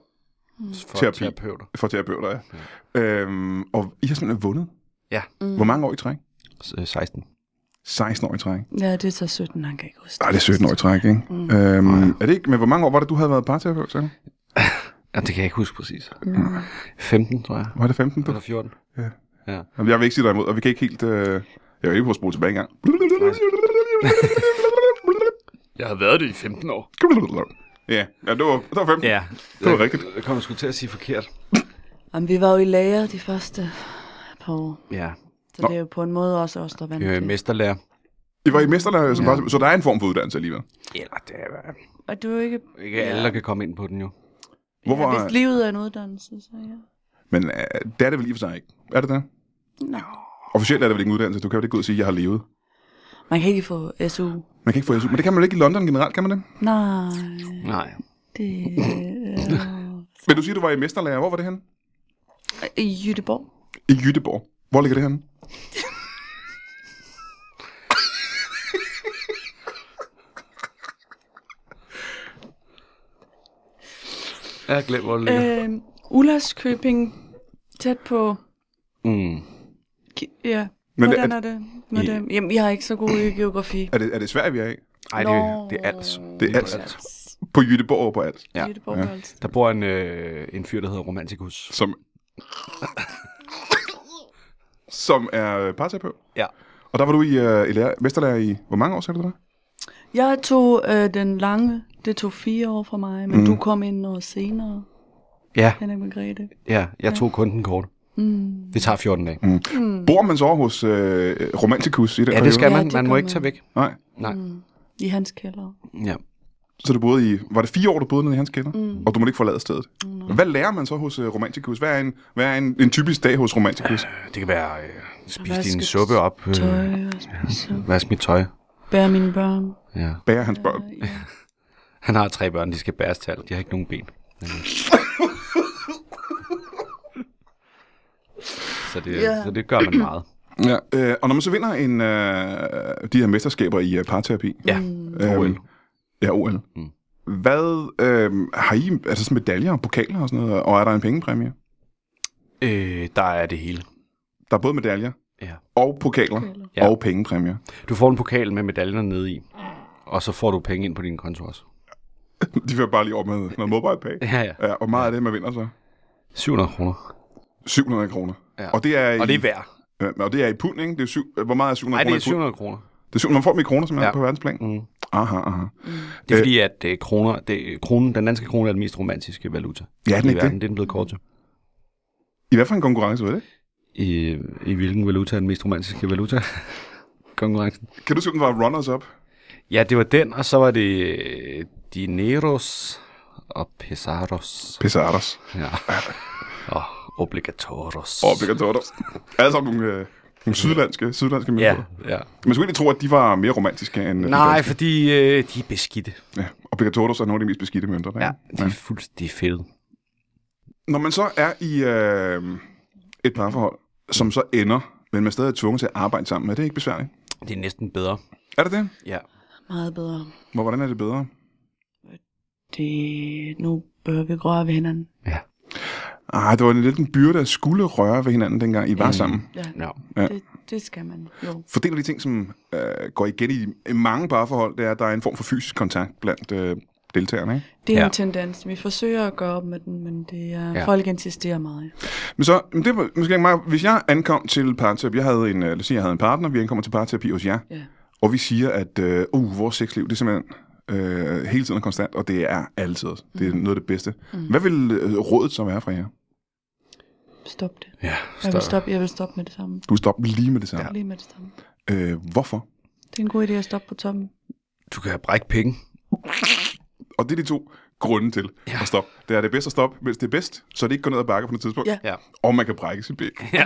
For
Terapi.
terapeuter.
for terapeuter, ja. Øhm, og I har simpelthen vundet.
Ja.
Mm. Hvor mange år i træk?
S- øh, 16.
16 år i træk.
Ja, det er så 17, han kan ikke huske.
Nej, det er 17 år i træk, ikke? Mm. Øhm, er det ikke? Men hvor mange år var det, du havde været parterapeut? sagde du?
Ja, det kan jeg ikke huske præcis. 15, tror jeg.
Var det 15? Du?
Eller 14.
Jeg vil ikke sige dig imod, og vi kan ikke helt... Øh... Jeg vil ikke prøve at spole tilbage engang.
Jeg har været det i 15 år.
<laughs> Ja, ja det, var, det var 15.
Ja.
Det var rigtigt.
Jeg kommer sgu til at sige forkert.
Jamen, vi var jo i lager de første par år,
Ja.
så det er jo på en måde også os, der vandt
Øh,
det.
mesterlærer.
I var i mesterlærer, som ja. så der er en form for uddannelse alligevel.
Eller det er
Og du er jo ikke...
ikke alle, der kan komme ind på den jo.
Hvorfor?
Ja, hvis livet er en uddannelse, så ja.
Men øh, det er det vel i og for sig ikke. Er det det?
Nå.
Officielt er det vel ikke en uddannelse. Du kan jo ikke gå ud og sige, at jeg har levet.
Man kan ikke få SU.
Man kan ikke få SU, men det kan man jo ikke i London generelt, kan man det?
Nej,
Nej.
det er...
Men du siger, du var i mesterlærer. Hvor var det henne?
I Jytteborg.
I Jytteborg. Hvor ligger det henne?
Jeg har glemt, hvor det ligger.
Øh, Ullaskøbing, tæt på...
Mm.
Ki- Ja,
Men
Men
det-
hvordan
er-
er det med dem? Jamen, jeg er ikke så god i geografi.
Er det, er det Sverige, vi er i?
Ej, det, er- det er alt.
Det er alt. På Jytteborg og på alt.
Ja.
Ja. Jytteborg, ja.
Der bor en, øh, en fyr, der hedder Romantikus.
Som... som er parterapeut.
Ja.
Og der var du i, øh, i lærer, mesterlærer i... Hvor mange år sagde du det var?
Jeg tog øh, den lange, det tog fire år for mig, men mm. du kom ind noget senere,
Ja,
Henrik Margrethe.
ja. Jeg tog kun den korte.
Mm.
Det tager 14 dage.
Mm. Bor man så over hos øh, Romantikus i den
Ja,
periode?
det skal
Ja,
man.
det
Man
gør
må ikke
man. Mm.
tage væk.
Nej.
Nej.
I hans kælder.
Ja.
Så du boede i... Var det fire år, du boede nede i hans kælder? Mm. Og du måtte ikke forlade stedet? Mm. Hvad lærer man så hos øh, Romantikus? Hvad er, en, hvad er en, en typisk dag hos Romantikus?
Det kan være, øh, spise
Vaske
din suppe op.
Tøj
Øh,
og spise.
vask mit tøj.
Bær mine børn.
Ja.
Bærer hans børn?
Ja.
Han har tre børn, de skal bæres til alt. De har ikke nogen ben. øh. så, det,
Ja.
så det gør man meget.
Ja. Øh, og når man så vinder en, øh, de her mesterskaber i øh, parterapi.
Ja.
Mm.
Øhm, ja, OL. Mm.
Mm.
Hvad øh, har I, altså sådan medaljer og pokaler og sådan noget, og er der en pengepræmie?
Øh, der er det hele.
Der er både medaljer
Ja.
og pokaler
Ja.
og pengepræmier.
Du får en pokal med medaljer nede i, og så får du penge ind på din konto også.
De fører bare lige over med noget mobile pay.
Ja, ja.
Ja, og meget af det, man vinder så.
700 kroner.
700 kroner.
Ja.
Og det er i,
Og det er værd.
ja, og det er i pund, ikke? Det er syv, hvor meget er 700
Nej, det
kroner
er
i pund?
700 kroner.
Det er 700, man får dem i kroner, simpelthen, ja.
Ja.
på verdensplan.
Mm.
Aha, aha.
Det er
Øh.
fordi, at øh, kroner, det, kronen, den danske krone er den mest romantiske valuta
Ja, den er
i
ikke
verden.
det.
Det er den blevet kort til.
I hvad for en konkurrence var det?
I, I hvilken valuta er den mest romantiske valuta? <laughs> Konkurrencen.
Kan du sige, den var runners-up?
Ja, det var den, og så var det øh, dineros og pesaros.
Pesadas.
<laughs> Ja. Og obligatoros.
Obligatorer. Alle sammen nogle, øh, nogle sydlandske, sydlandske
Ja,
mennesker.
ja.
Man skulle egentlig tro, at de var mere romantiske end... øh,
Nej,
de danske.
fordi øh, de er beskidte.
Ja, obligatorer er nogle af de mest beskidte mønter.
Ja,
Ja.
de er fuldstændig fede.
Når man så er i... Øh, et parforhold, som så ender, men man stadig er tvunget til at arbejde sammen. Er det ikke besværligt?
Det er næsten bedre.
Er det det?
Ja.
Meget bedre.
Hvor, hvordan er det bedre?
Det, nu bør vi røre ved hinanden.
Ja.
Ah, det var lidt en byrde at skulle røre ved hinanden, dengang I var mm. sammen.
Ja,
ja.
Ja.
ja. Det, det skal man jo.
For det er de ting, som øh, går igen i, i mange parforhold, det er, at der er en form for fysisk kontakt blandt øh, deltagerne. Ikke?
Det er
Ja.
ja. en tendens. Vi forsøger at gøre op med den, men det er,
Ja.
ja. folk insisterer meget.
Men så, men det var måske ikke meget. Hvis jeg ankom til parterapi, jeg havde en, øh, lad os sige, jeg havde en partner, vi ankommer til parterapi hos jer,
Ja.
og vi siger, at øh, uh, vores sexliv, det er simpelthen øh, hele tiden og konstant, og det er altid. Det er noget af det bedste. Mm. Hvad vil øh, rådet så være fra jer?
Stop det.
Ja,
Jeg vil stoppe, jeg vil stoppe med det samme.
Du stopper lige med det samme.
Lige med det samme.
Ja. Øh, hvorfor?
Det er en god idé at stoppe på toppen.
Du kan have brække penge.
Og det er de to grunde til ja. at stoppe. Det er det er bedst at stoppe, mens det er bedst, så det ikke går ned ad bakker på noget tidspunkt.
Ja.
Ja.
Og man kan brække sin ben.
ja.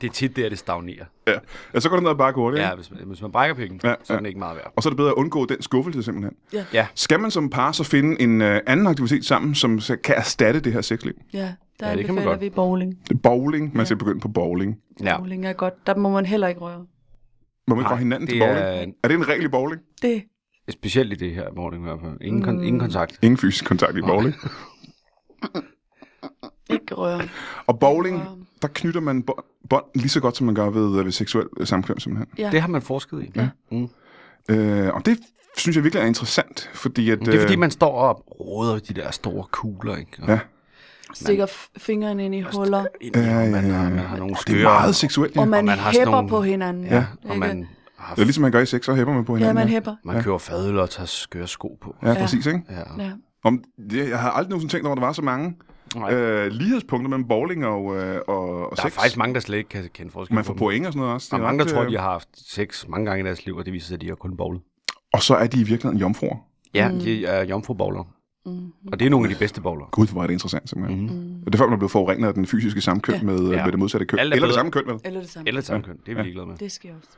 det er tit der, det stagnerer.
Ja. ja, så går det ned ad bakke hurtigt.
Ja,
Ja.
hvis man, hvis man brækker penge,
Ja,
ja, så er
ja.
den ikke meget værd.
Og så er det bedre at undgå den skuffelse simpelthen.
Ja.
Skal man som par så finde en øh, anden aktivitet sammen, som så kan erstatte det her sexliv?
Ja, der
Ja,
ja,
det kan man
anbefaler
godt.
vi bowling.
Bowling. Man skal begynde på bowling.
Ja.
Bowling er godt. Der må man heller ikke røre.
Må man ikke
Nej,
bare hinanden til
det
bowling?
er-
Er... er det en regel i bowling?
Det,
Specielt i det her, hvor det i hvert fald. Ingen, kon-
Mm.
ingen kontakt.
Ingen fysisk kontakt i bowling.
ikke røre.
Og bowling, der knytter man bånd, bånd lige så godt, som man gør ved, øh, ved seksuel øh, samkvem simpelthen.
Ja.
Det har man forsket i. Ja. Mm.
Øh, og det synes jeg virkelig er interessant, fordi at... øh,
Det er fordi, man står og råder i de der store kugler, ikke? Og
Ja.
Stikker f- fingrene ind i huller,
Ind, i, og man,
ja,
har,
ja.
man har nogle
Det
skøre.
er meget seksuelt, ja.
og man,
Mm. Og man har sådan
hæpper
nogle-
på hinanden.
Ja, og
Ikke?
man, har,
Ja, ligesom man gør i sex, så hæpper man på
ja,
hinanden.
man hæpper.
man køber fadøl og tager skøre sko på.
Ja, præcis, ikke?
Ja.
Ja.
Om, det, jeg havde aldrig nogensinde tænkt over, at der var så mange
Nej.
øh, lighedspunkter mellem bowling og, øh, og, og
Der er
sex.
faktisk mange, der slet ikke kan kende forskel.
man får
på dem.
point og sådan noget også.
Der er
Det
mange, der
ret,
tror,
øh,
de har haft sex mange gange i deres liv, og det viser sig, at de har kun bowlet.
Og så er de i virkeligheden jomfruer.
Ja, mm. de er jomfrubowler.
Mm.
Og det er nogle af de bedste bowler.
Gud, hvor er det interessant simpelthen. Mm-hmm. Det er før, man er blevet forurenet af den fysiske samkøn ja. med,
Mm. Ja.
ja. med det modsatte køn.
Alt er
Eller det
bedre.
samme køn, vel?
Eller det samme.
Eller samkøn, det er vi ligeglade med.
Det sker også.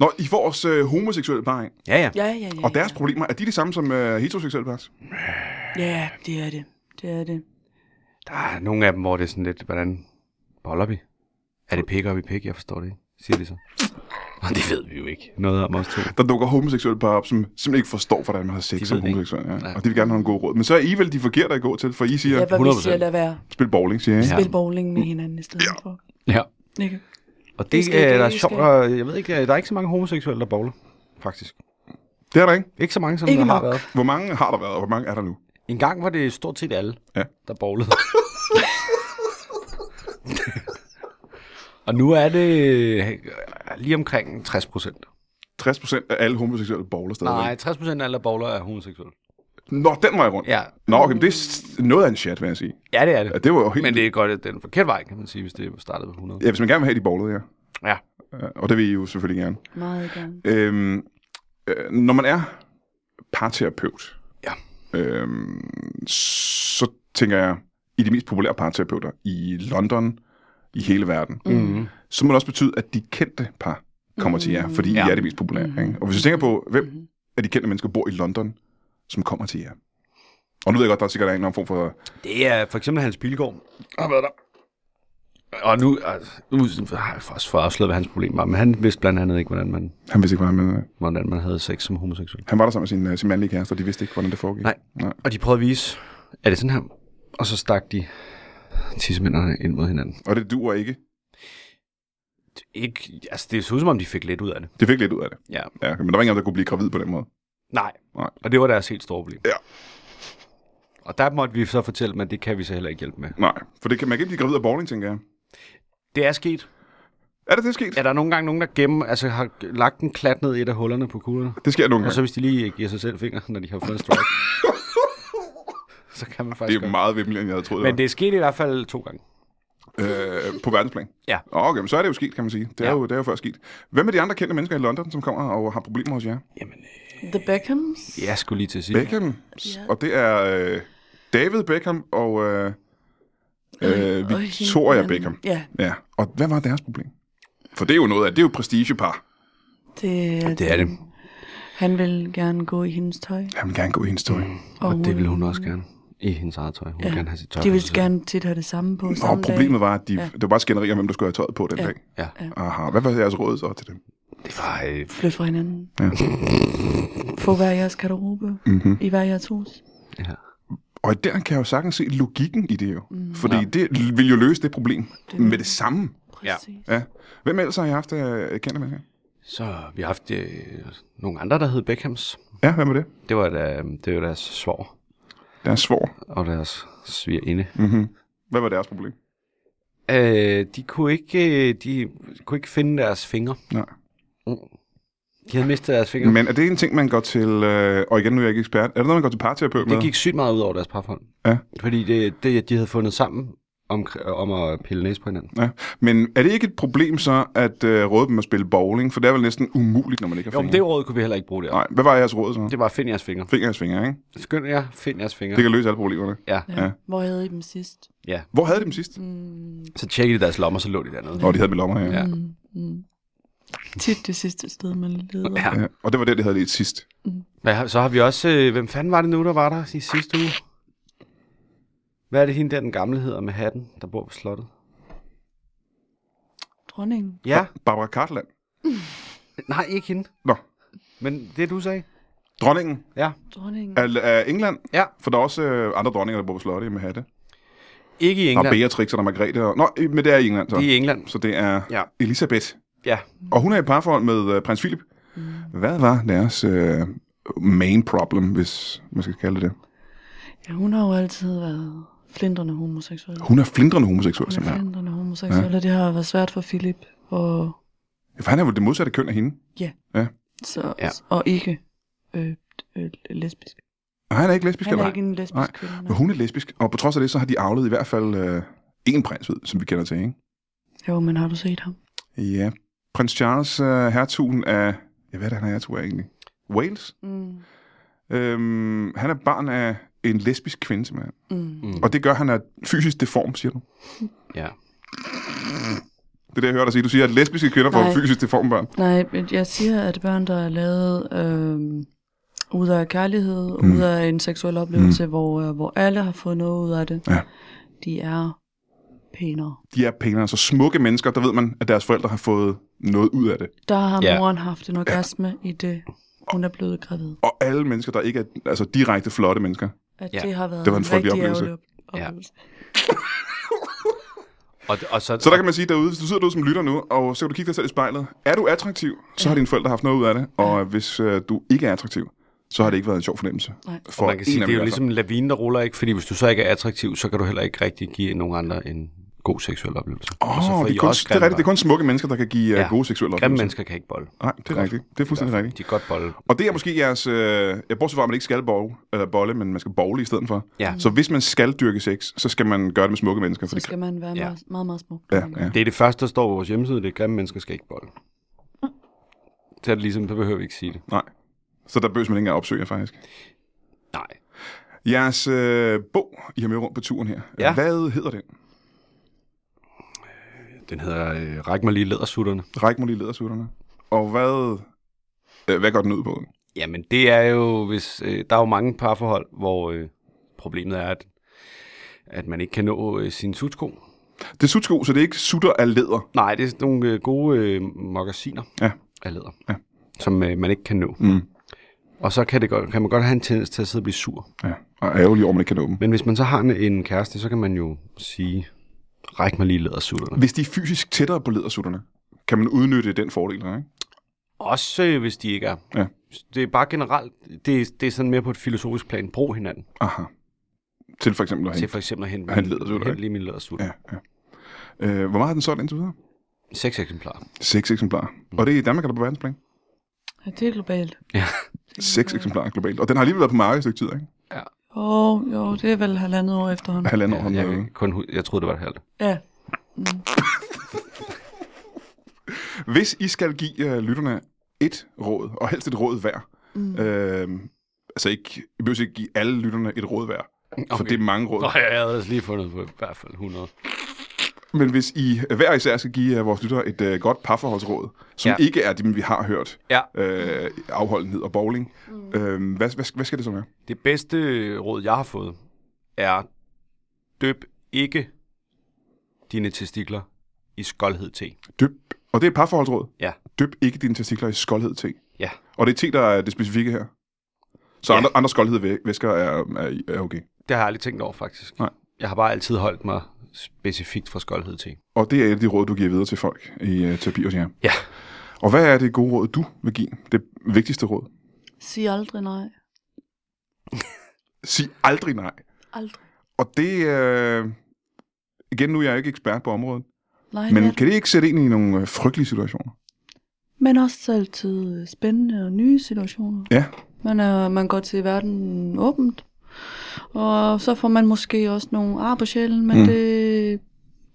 Nå, I får også øh, homoseksuelle par ind.
Ja, ja.
Ja, ja, ja.
Og deres problemer, er de de samme som øh, heteroseksuelle par?
Ja, det er det. Det er det.
Der er nogle af dem, hvor det er sådan lidt, hvordan boller vi? Er det pik op i pik? Jeg forstår det ikke. Siger de så. Og det ved vi jo ikke noget om os to.
Der dukker homoseksuelle par op, som simpelthen ikke forstår, hvordan man har sex
ved
som
det ikke.
homoseksuel. Ja.
Ja.
Og de vil gerne have en god råd. Men så er I vel de forkerte at gå til, for I siger,
Ja,
ja.
hvad vi
100%.
siger, lad være.
spil bowling, siger jeg. Ja.
Spil bowling med hinanden i stedet ja. for.
Ja.
Ikke?
Og det,
Det skal
er,
ikke,
der er
det
sjovt,
skal.
og jeg ved ikke, øh, der er ikke så mange homoseksuelle, der bowler, faktisk.
Det er der ikke.
Ikke så mange, som
Ikke
der har
nok.
været.
Hvor mange har der været, og hvor mange er der nu?
En gang var det stort set alle,
Ja.
der
<laughs>
bowlede. og nu er det øh, lige omkring 60 procent.
60 procent af alle homoseksuelle bowler stadigvæk.
Nej, 60 procent af alle der bowler er homoseksuelle.
Nå, den vej rundt.
Ja.
Nå, okay, men det er s- noget af en chat, vil jeg sige.
Ja, det er det.
Ja, det var jo helt...
Men det er godt, at den forkerte vej, kan man sige, hvis det startede på 100.
Ja, hvis man gerne vil have de bowlede, ja.
Ja.
Ja, Og det vil I jo selvfølgelig gerne.
Meget gerne.
Øhm, øh, når man er parterapeut,
Ja.
øhm, så tænker jeg, i de mest populære parterapeuter i London, i hele verden,
Mm.
så må det også betyde, at de kendte par kommer til jer, fordi
Ja. Mm-hmm.
I er de mest populære. Ikke? Og hvis du tænker på, hvem af de kendte mennesker bor i London, som kommer til jer? Og nu ved jeg godt, der er sikkert er en eller anden form for...
Det er for eksempel Hans Pilgaard. Har været der. Og nu, altså, nu har jeg faktisk fået afsløret, hvad hans problem var, men han vidste blandt andet ikke, hvordan man,
Han vidste ikke, hvordan man...
hvordan man havde sex som homoseksuel.
Han var der sammen med sin, øh, sin mandlige kæreste, og de vidste ikke, hvordan det foregik.
Nej.
Nej.
Og de prøvede at vise, er det sådan her? Og så stak de tissemænderne ind mod hinanden.
Og det duer ikke.
Ikke, altså, det så ud, som om de fik lidt ud af det.
Det fik lidt ud af det.
Ja.
Ja, okay, men der var ingen, af dem, der kunne blive gravid på den måde.
Nej.
Nej.
Og det var deres helt store problem.
Ja.
Og der måtte vi så fortælle dem, at det kan vi så heller ikke hjælpe med.
Nej, for det kan, man kan ikke blive gravid af bowling, tænker jeg.
Det er sket.
Er det det sket?
Ja, der er nogle gange nogen, der gemmer, altså har lagt en klat ned i et af hullerne på kuglerne.
Det sker nogle
Og så
gange.
hvis de lige giver sig selv fingre, når de har fået en <laughs> strike. så kan man
Det
faktisk
er
godt.
meget vimmeligt, end jeg havde troet.
Men det er sket i hvert fald to gange.
var. Øh, på verdensplan.
Ja.
Nå, Okay, men så er det jo sket, kan man sige. Det er,
Ja.
ja. jo, det er jo før sket. Hvem er de andre kendte mennesker i London, som kommer og har problemer hos jer?
Jamen, øh,
The Beckhams.
jeg skulle lige til at sige. det.
Beckham.
Ja.
Ja. Og det er øh, David Beckham og øh, øh,
Og hende-
Victoria Beckham.
Ja,
Ja, og hvad var deres problem? For det er jo noget af, det er jo et prestigepar.
det,
Det er det.
Han vil gerne gå i hendes tøj.
Han vil gerne gå i hendes tøj.
Og det vil hun også gerne. i hendes eget tøj. Hun Mm. ja.
Ja.
vil gerne have sit tøj.
De
på
vil
sig selv.
gerne tit have det samme på
Og
samme
problemet
dag.
var, at de, ja. det var bare skænderi om, hvem der skulle have tøjet på den ja. dag.
Ja.
Aha. Hvad var jeres råd så til dem?
Det var, øh,
Flyt fra hinanden.
Ja.
Ja. Få hver jeres garderobe mm-hmm. i hver jeres hus.
ja.
Og der kan jeg jo sagtens se logikken i det jo. Mm. Fordi ja. det vil jo løse det problem det med det samme.
Præcis.
Ja. Hvem ellers har I haft øh, kendt med her?
Så har vi har haft øh, nogle andre, der hed Beckhams.
Ja, hvad med det?
Det var, der, det var deres svår
Deres svår.
og deres svigerinde.
Mm-hmm. Hvad var deres problem?
Øh, de, kunne ikke, øh, de kunne ikke finde deres fingre.
Nej.
De havde mistet deres fingre. Men...
Men er det en ting, man går til, øh, og igen nu er jeg ikke ekspert, er det noget, man går til parterapeut med?
Det gik sygt meget ud over deres parforhold.
Ja.
Fordi det, det, de havde fundet sammen om, om at pille næse på hinanden.
Ja. Men er det ikke et problem så, at øh, råde dem at spille bowling? For det er vel næsten umuligt, når man ikke har
Jo, men
fingre.
det råd kunne vi heller ikke bruge der.
Nej, hvad var jeres råd så? Det...
Det var, find jeres fingre.
Fingre er fingre, ikke?
Skynd jer, find jeres fingre.
Det kan løse alle problemerne.
Ja.
Ja.
Ja. Hvor havde I dem sidst?
ja.
Hvor havde de dem sidst? Åh,
Så tjekkede de deres lommer, så lå de dernede.
mm. oh, de havde dem i lommer her. Ja.
Mm. Ja.
Tit det sidste sted, man leder.
Ja.
Ja. Og det var det, de havde lidt sidst.
Hvad, har- så har vi også... Øh, hvem fanden var det nu, der var der i sidste uge? Hvad er det hende der, den gamle hedder med hatten, der bor på slottet?
Dronningen.
Ja,
Barbara Cartland.
nej, ikke hende.
Nå,
Men det, du sagde.
dronningen
Ja,
Dronningen.
af, af England.
ja.
For der er også øh, andre dronninger, der bor på slottet med hatte.
Ikke i
Der
England.
er Beatrix, og der er Margrethe. Og... Nå, øh, men det er i England så.
Det er i England.
Så det er ja.
Ja.
Elisabeth.
Ja.
Og hun er i parforhold med øh, prins Philip.
Mm.
Hvad var deres øh, main problem, hvis man skal kalde det det?
Ja, hun har jo altid været flindrende homoseksuel.
Hun er flindrende homoseksuel,
Hun er
simpelthen.
flindrende homoseksuel, ja. og det har været svært for Philip. Og,
Ja, For han er jo det modsatte køn af hende.
så,
Ja.
ja. og ikke øh, øh, lesbisk.
Og han er ikke lesbisk,
Han er
eller
ikke en lesbisk
Nej.
kvinde.
Men
Nej.
hun er lesbisk, og på trods af det, så har de avlet i hvert fald øh, en prins ud, som vi kender til, ikke?
Jo, men har du set ham?
Ja. Prins Charles, øh, hertugen af... Ja, hvad er det, han er hertug af egentlig? Wales?
Mm.
Øhm, han er barn af en lesbisk kvinde, simpelthen.
Mm.
Mm.
Og det gør, at han er fysisk deform, siger du?
Ja.
Det er det, jeg hørte dig sige. Du siger, at lesbiske kvinder får
Nej.
fysisk deforme børn.
Nej, men jeg siger, at børn, der er lavet øh, ud af kærlighed,
Mm.
mm. ud af en seksuel oplevelse, mm. hvor, øh, hvor alle har fået noget ud af det,
Ja.
de er pænere.
De er pænere, så smukke mennesker, der ved man, at deres forældre har fået noget ud af det.
Der har
Ja.
yeah. moren haft en orgasme i det, hun er blevet gravid.
Og alle mennesker, der ikke er altså, direkte flotte mennesker.
At
Ja.
ja. det har været
Det var en
en,
frygtelig
rigtig
oplevelse.
ærgerlig op-
Ja.
oplevelse.
Og, og så,
Så der kan man sige derude, hvis du sidder derude som lytter nu, og så kan du kigge dig selv i spejlet. Er du attraktiv, så har dine forældre haft noget ud af det. Og hvis øh, du ikke er attraktiv, så har det ikke været en sjov fornemmelse.
Nej.
For
man kan sige,
en af
det er jo
dem i hvert
ligesom en lavine, der ruller ikke, fordi hvis du så ikke er attraktiv, så kan du heller ikke rigtig give nogen andre en god seksuel oplevelse. Og så
fald.
får
Åh, det,
altså, I
er kun,
også
det, er
grimme
rigtigt, det er kun smukke mennesker, der kan give ja.
Ja.
gode seksuelle
børn. Grimme
oplevelser.
mennesker kan ikke bolle.
Nej, det er rigtigt. Det er fuldstændig rigtigt.
De kan godt bolle.
Og det er måske jeres... Øh, jeg bortset fra, at man ikke skal bolle, eller bolle, men man skal bolle i stedet for.
Ja.
Så hvis man skal dyrke sex, så skal man gøre det med smukke mennesker.
Så
Fordi...
skal man være
Ja.
ja. meget, meget, meget smuk.
Ja, ja.
Det er det første, der står på vores hjemmeside, det er, grimme mennesker skal ikke bolle. Så er det ligesom, så behøver vi ikke sige det.
Nej. Så der behøves man ikke engang opsøge jer, faktisk.
Nej.
Jeres øh, bog, I har med rundt på turen her.
Ja.
Hvad hedder den?
Den hedder øh, Ræk mig lige lædersutterne.
Ræk mig lige ledersutterne. Og hvad, øh, hvad går den ud på?
Jamen, det er jo, hvis... Øh, der er jo mange parforhold, hvor øh, problemet er, at, at man ikke kan nå øh, sine sutsko.
Det er sutsko, så det er ikke sutter af læder.
Nej, det er sådan nogle øh, gode øh, magasiner
Ja.
af læder,
Ja.
som øh, man ikke kan nå.
Mm.
Og så kan, det godt, kan man godt have en tendens til at sidde og blive sur.
Ja, og ærgerlig over, man ikke kan nå dem.
Men hvis man så har en, en kæreste, så kan man jo sige, ræk mig lige lædersutterne.
Hvis de er fysisk tættere på lædersutterne, kan man udnytte den fordel, der er, ikke?
Også øh, hvis de ikke er.
Ja.
Det er bare generelt, det, er- det er sådan mere på et filosofisk plan. Brug hinanden
Aha. Til for eksempel at
til
hente.
for eksempel at hente,
Han leder sutter,
hente
ikke?
lige min lædersutter.
Ja, ja. Øh, hvor meget har den solgt indtil videre?
Ja. Seks eksemplarer.
Seks eksemplarer. Mm. Og det er i Danmark eller på verdensplan?
Ja, det er globalt.
Ja.
Seks eksemplarer globalt. Og den har alligevel været på markedet et stykke tid, ikke?
Jo, jo, det er vel halvandet år efterhånden.
Halvandet år har den
jeg,
været ude.
kan kun, hu- jeg troede, det var et halvt.
Ja.
Hvis I skal give uh, lytterne et råd, og helst et råd hver, mm. øh, altså ikke, I behøver ikke give alle lytterne et råd hver, okay. for det er mange råd.
Nå, jeg havde altså lige fundet på i hvert fald 100.
Men hvis I hver især skal give uh, vores lyttere et uh, godt parforholdsråd, som ja.
Ja.
ikke er dem, vi har hørt,
Ja.
øh, afholdenhed og bowling, mm. øh, hvad, hvad, hvad skal det så være?
Det bedste råd, jeg har fået, er, døb ikke dine testikler i skoldhed te.
Dyb. Og det er et parforholdsråd.
Ja.
Dyb ikke dine testikler i skoldhed te.
Ja.
Og det er te, der er det specifikke her. Så andre, andre skoldhed væ- væsker er, er, er okay.
Det har jeg aldrig tænkt over, faktisk.
Nej.
Jeg har bare altid holdt mig specifikt for skoldhed te.
Og det er et af de råd, du giver videre til folk i uh, terapi hos jer.
Ja.
Og hvad er det gode råd, du vil give? Det vigtigste råd.
Sig aldrig nej.
Sig aldrig nej.
Aldrig.
Og det... Øh... Igen, nu er jeg ikke ekspert på området.
Nej,
Men kan det ikke sætte ind i nogle øh, frygtelige situationer?
Men også altid øh, spændende og nye situationer.
Ja.
Man, er, man går til verden åbent, og så får man måske også nogle ar på sjælen, men
Mm.
mm. det,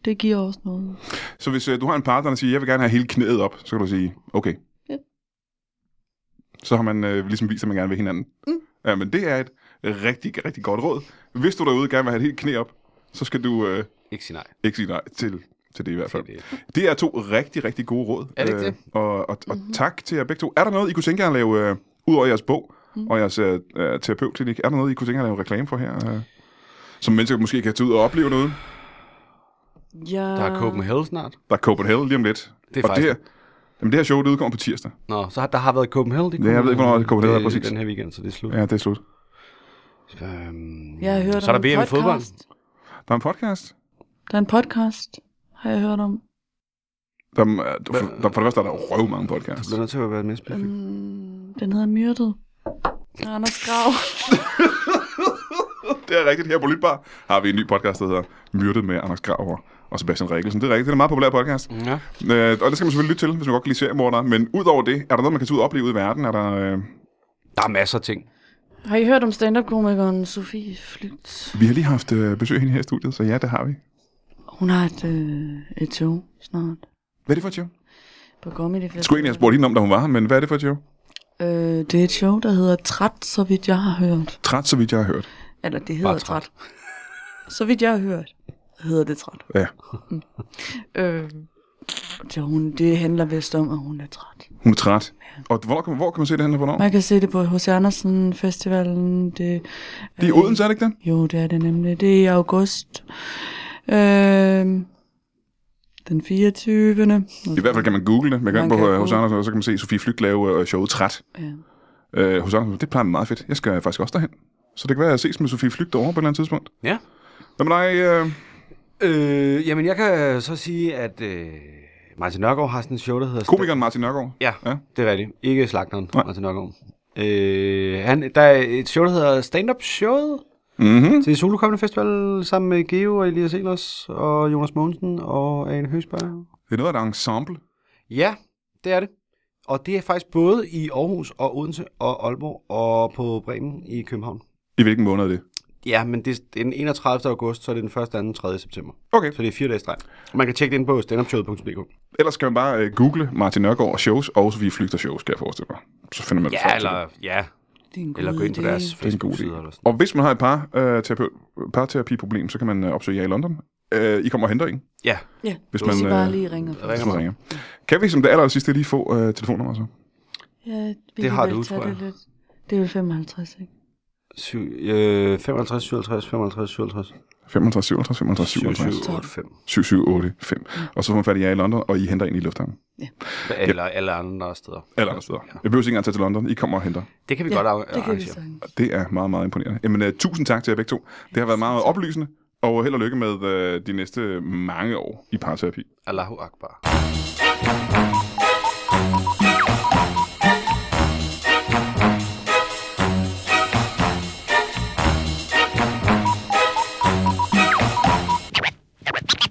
det giver også noget.
Så hvis øh, du har en partner, der siger, jeg vil gerne have hele knæet op, så kan du sige, okay.
Ja.
Så har man øh, ligesom vist, at man gerne vil hinanden.
Mm.
Ja, men det er et rigtig, rigtig godt råd. Hvis du derude gerne vil have et helt knæ op, så skal du øh,
Ikke sige nej.
ikke sige nej til, til det i hvert fald.
Til
Det er to rigtig, rigtig gode råd. Øh,
Er det ikke det?
og og, og mm-hmm. tak til jer begge to. Er der noget, I kunne tænke jer at lave, øh, ud over jeres bog mm. og jeres øh, øh, terapeutklinik, er der noget, I kunne tænke jer at lave reklame for her? Øh, som mennesker måske kan tage ud og opleve noget?
Ja.
Der er
Ah.
Copenhagen snart.
Der er Copenhagen lige om lidt.
Det er
og
faktisk-
det her, jamen det her show, det udkommer på tirsdag.
Nå, så har, der har været Copenhagen.
Ja, jeg ved ikke, hvornår det- Copenhagen er præcis.
den her weekend, så det er slut.
Ja, det er slut.
Øhm,
Jeg har hørt
så er
om
der VM i
en
fodbold.
podcast.
Der er en podcast.
Der er en podcast, har jeg hørt om.
Der, er- der, for, der, for det første er der røv mange podcasts.
Du er nødt til at være mere specifik.
Mm, den hedder Myrdet. Der er Anders Grav.
Det er rigtigt. Her på Lytbar har vi en ny podcast, der hedder Myrdet med Anders Graver og Sebastian Rikkelsen. Det er rigtigt. Det er en meget populær podcast.
Øhm.
Ja.
Øh, og det skal man selvfølgelig lytte til, hvis man godt kan lide seriemordere. Men udover det, er der noget, man kan tage ud og opleve ude i verden? Er der, øh...
Der er masser af ting.
Har I hørt om stand-up-komikeren Sofie Flygt?
Vi har lige haft øh, besøg af hende her i studiet, så ja, det har vi.
Hun har et, øh, et show snart
Hvad er det for et show?
på Comedy Festival.
Jeg skulle egentlig have spurgt hende om, da hun var her, men hvad er det for et show?
Øh, det er et show, der hedder Træt, så vidt jeg har hørt.
Træt, så vidt jeg har hørt.
Eller det hedder
Bare Træt.
Træt. træt. så vidt jeg har hørt, hedder det Træt.
Ja.
Mm. øh, så hun, det handler vist om, at hun er træt.
Hun er træt. Og hvor kan, hvor kan man se det henne, og hvornår?
Man kan se det på H.C. Andersen Festivalen. Det,
Det er i Odense, er det ikke det?
Jo, det er det nemlig. Det er i august. Øh, den 24.
I hvert fald kan man google det. Man kan
Man
man på
kan
øh, hos
google.
Andersen, og så kan man se Sofie Flygt lave øh, showet Træt.
Ja.
Øh, hos Andersen, det plejer at være meget fedt. Jeg skal faktisk også derhen. Så det kan være, at jeg ses med Sofie Flygt over på et eller andet tidspunkt.
Ja.
Hvad med dig? Øh...
Øh, jamen, jeg kan så sige, at øh, Martin Nørgaard har sådan en show, der hedder...
Komikeren Martin Nørgaard.
Ja,
Ja.
ja, det er rigtigt. Ikke slagteren,
Nej.
Martin Nørgaard. Øh, han, der er et show, der hedder Stand Up Showet
Mm-hmm.
til Solo Comedy Festival sammen med Geo og Elias Elers og Jonas Mogensen og Ane Høsberg.
Det er noget af et ensemble.
Ja, det er det. Og det er faktisk både i Aarhus og Odense og Aalborg og på Bremen i København.
I hvilken måned er det?
Ja, men det er den 31. august, så er det den 1., 2., 3. september.
Okay.
Så det er fire dage i streg. Man kan tjekke det ind på standupshowet.dk.
Ellers skal man bare øh, google Martin Nørgaard og shows, og Sofie Flygt og shows, skal jeg forestille mig. Så finder man det frem
Ja,
til det.
eller, ja,
Det er en god
eller gå ind på
idé.
deres
Det er en god
Facebook-side. Eller
idé.
sådan.
Og hvis man har et par, øh, terapeut, parterapiproblem, så kan man øh, opsøge jer i London. Øh, I kommer og henter en,
Ja,
Ja,
hvis
hvis
man,
I bare
øh,
lige ringer. på.
hvis
ringer
man
mig.
ringer. Kan vi som det aller sidste lige få øh, telefonnummer så?
Ja, vi
Det
kan
har
vel
du,
tage
tror
det
jeg.
lidt. Det er vel 55, ikke?
Syv, øh, 55, 57, 55, 57.
55 57 55 57 7785. Og så får man fat i jer i London, og I henter ind i lufthavnen.
Eller alle andre steder.
Eller andre steder. Jeg behøver ikke engang tage til London. I kommer og henter.
Det kan vi
Ja,
godt ar-
det kan vi
arrangere.
sagtens.
Og det er meget, meget imponerende. Jamen, uh, tusind tak til jer begge to. Det har været meget oplysende, og held og lykke med uh, de næste mange år i parterapi.
Allahu Akbar.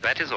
That is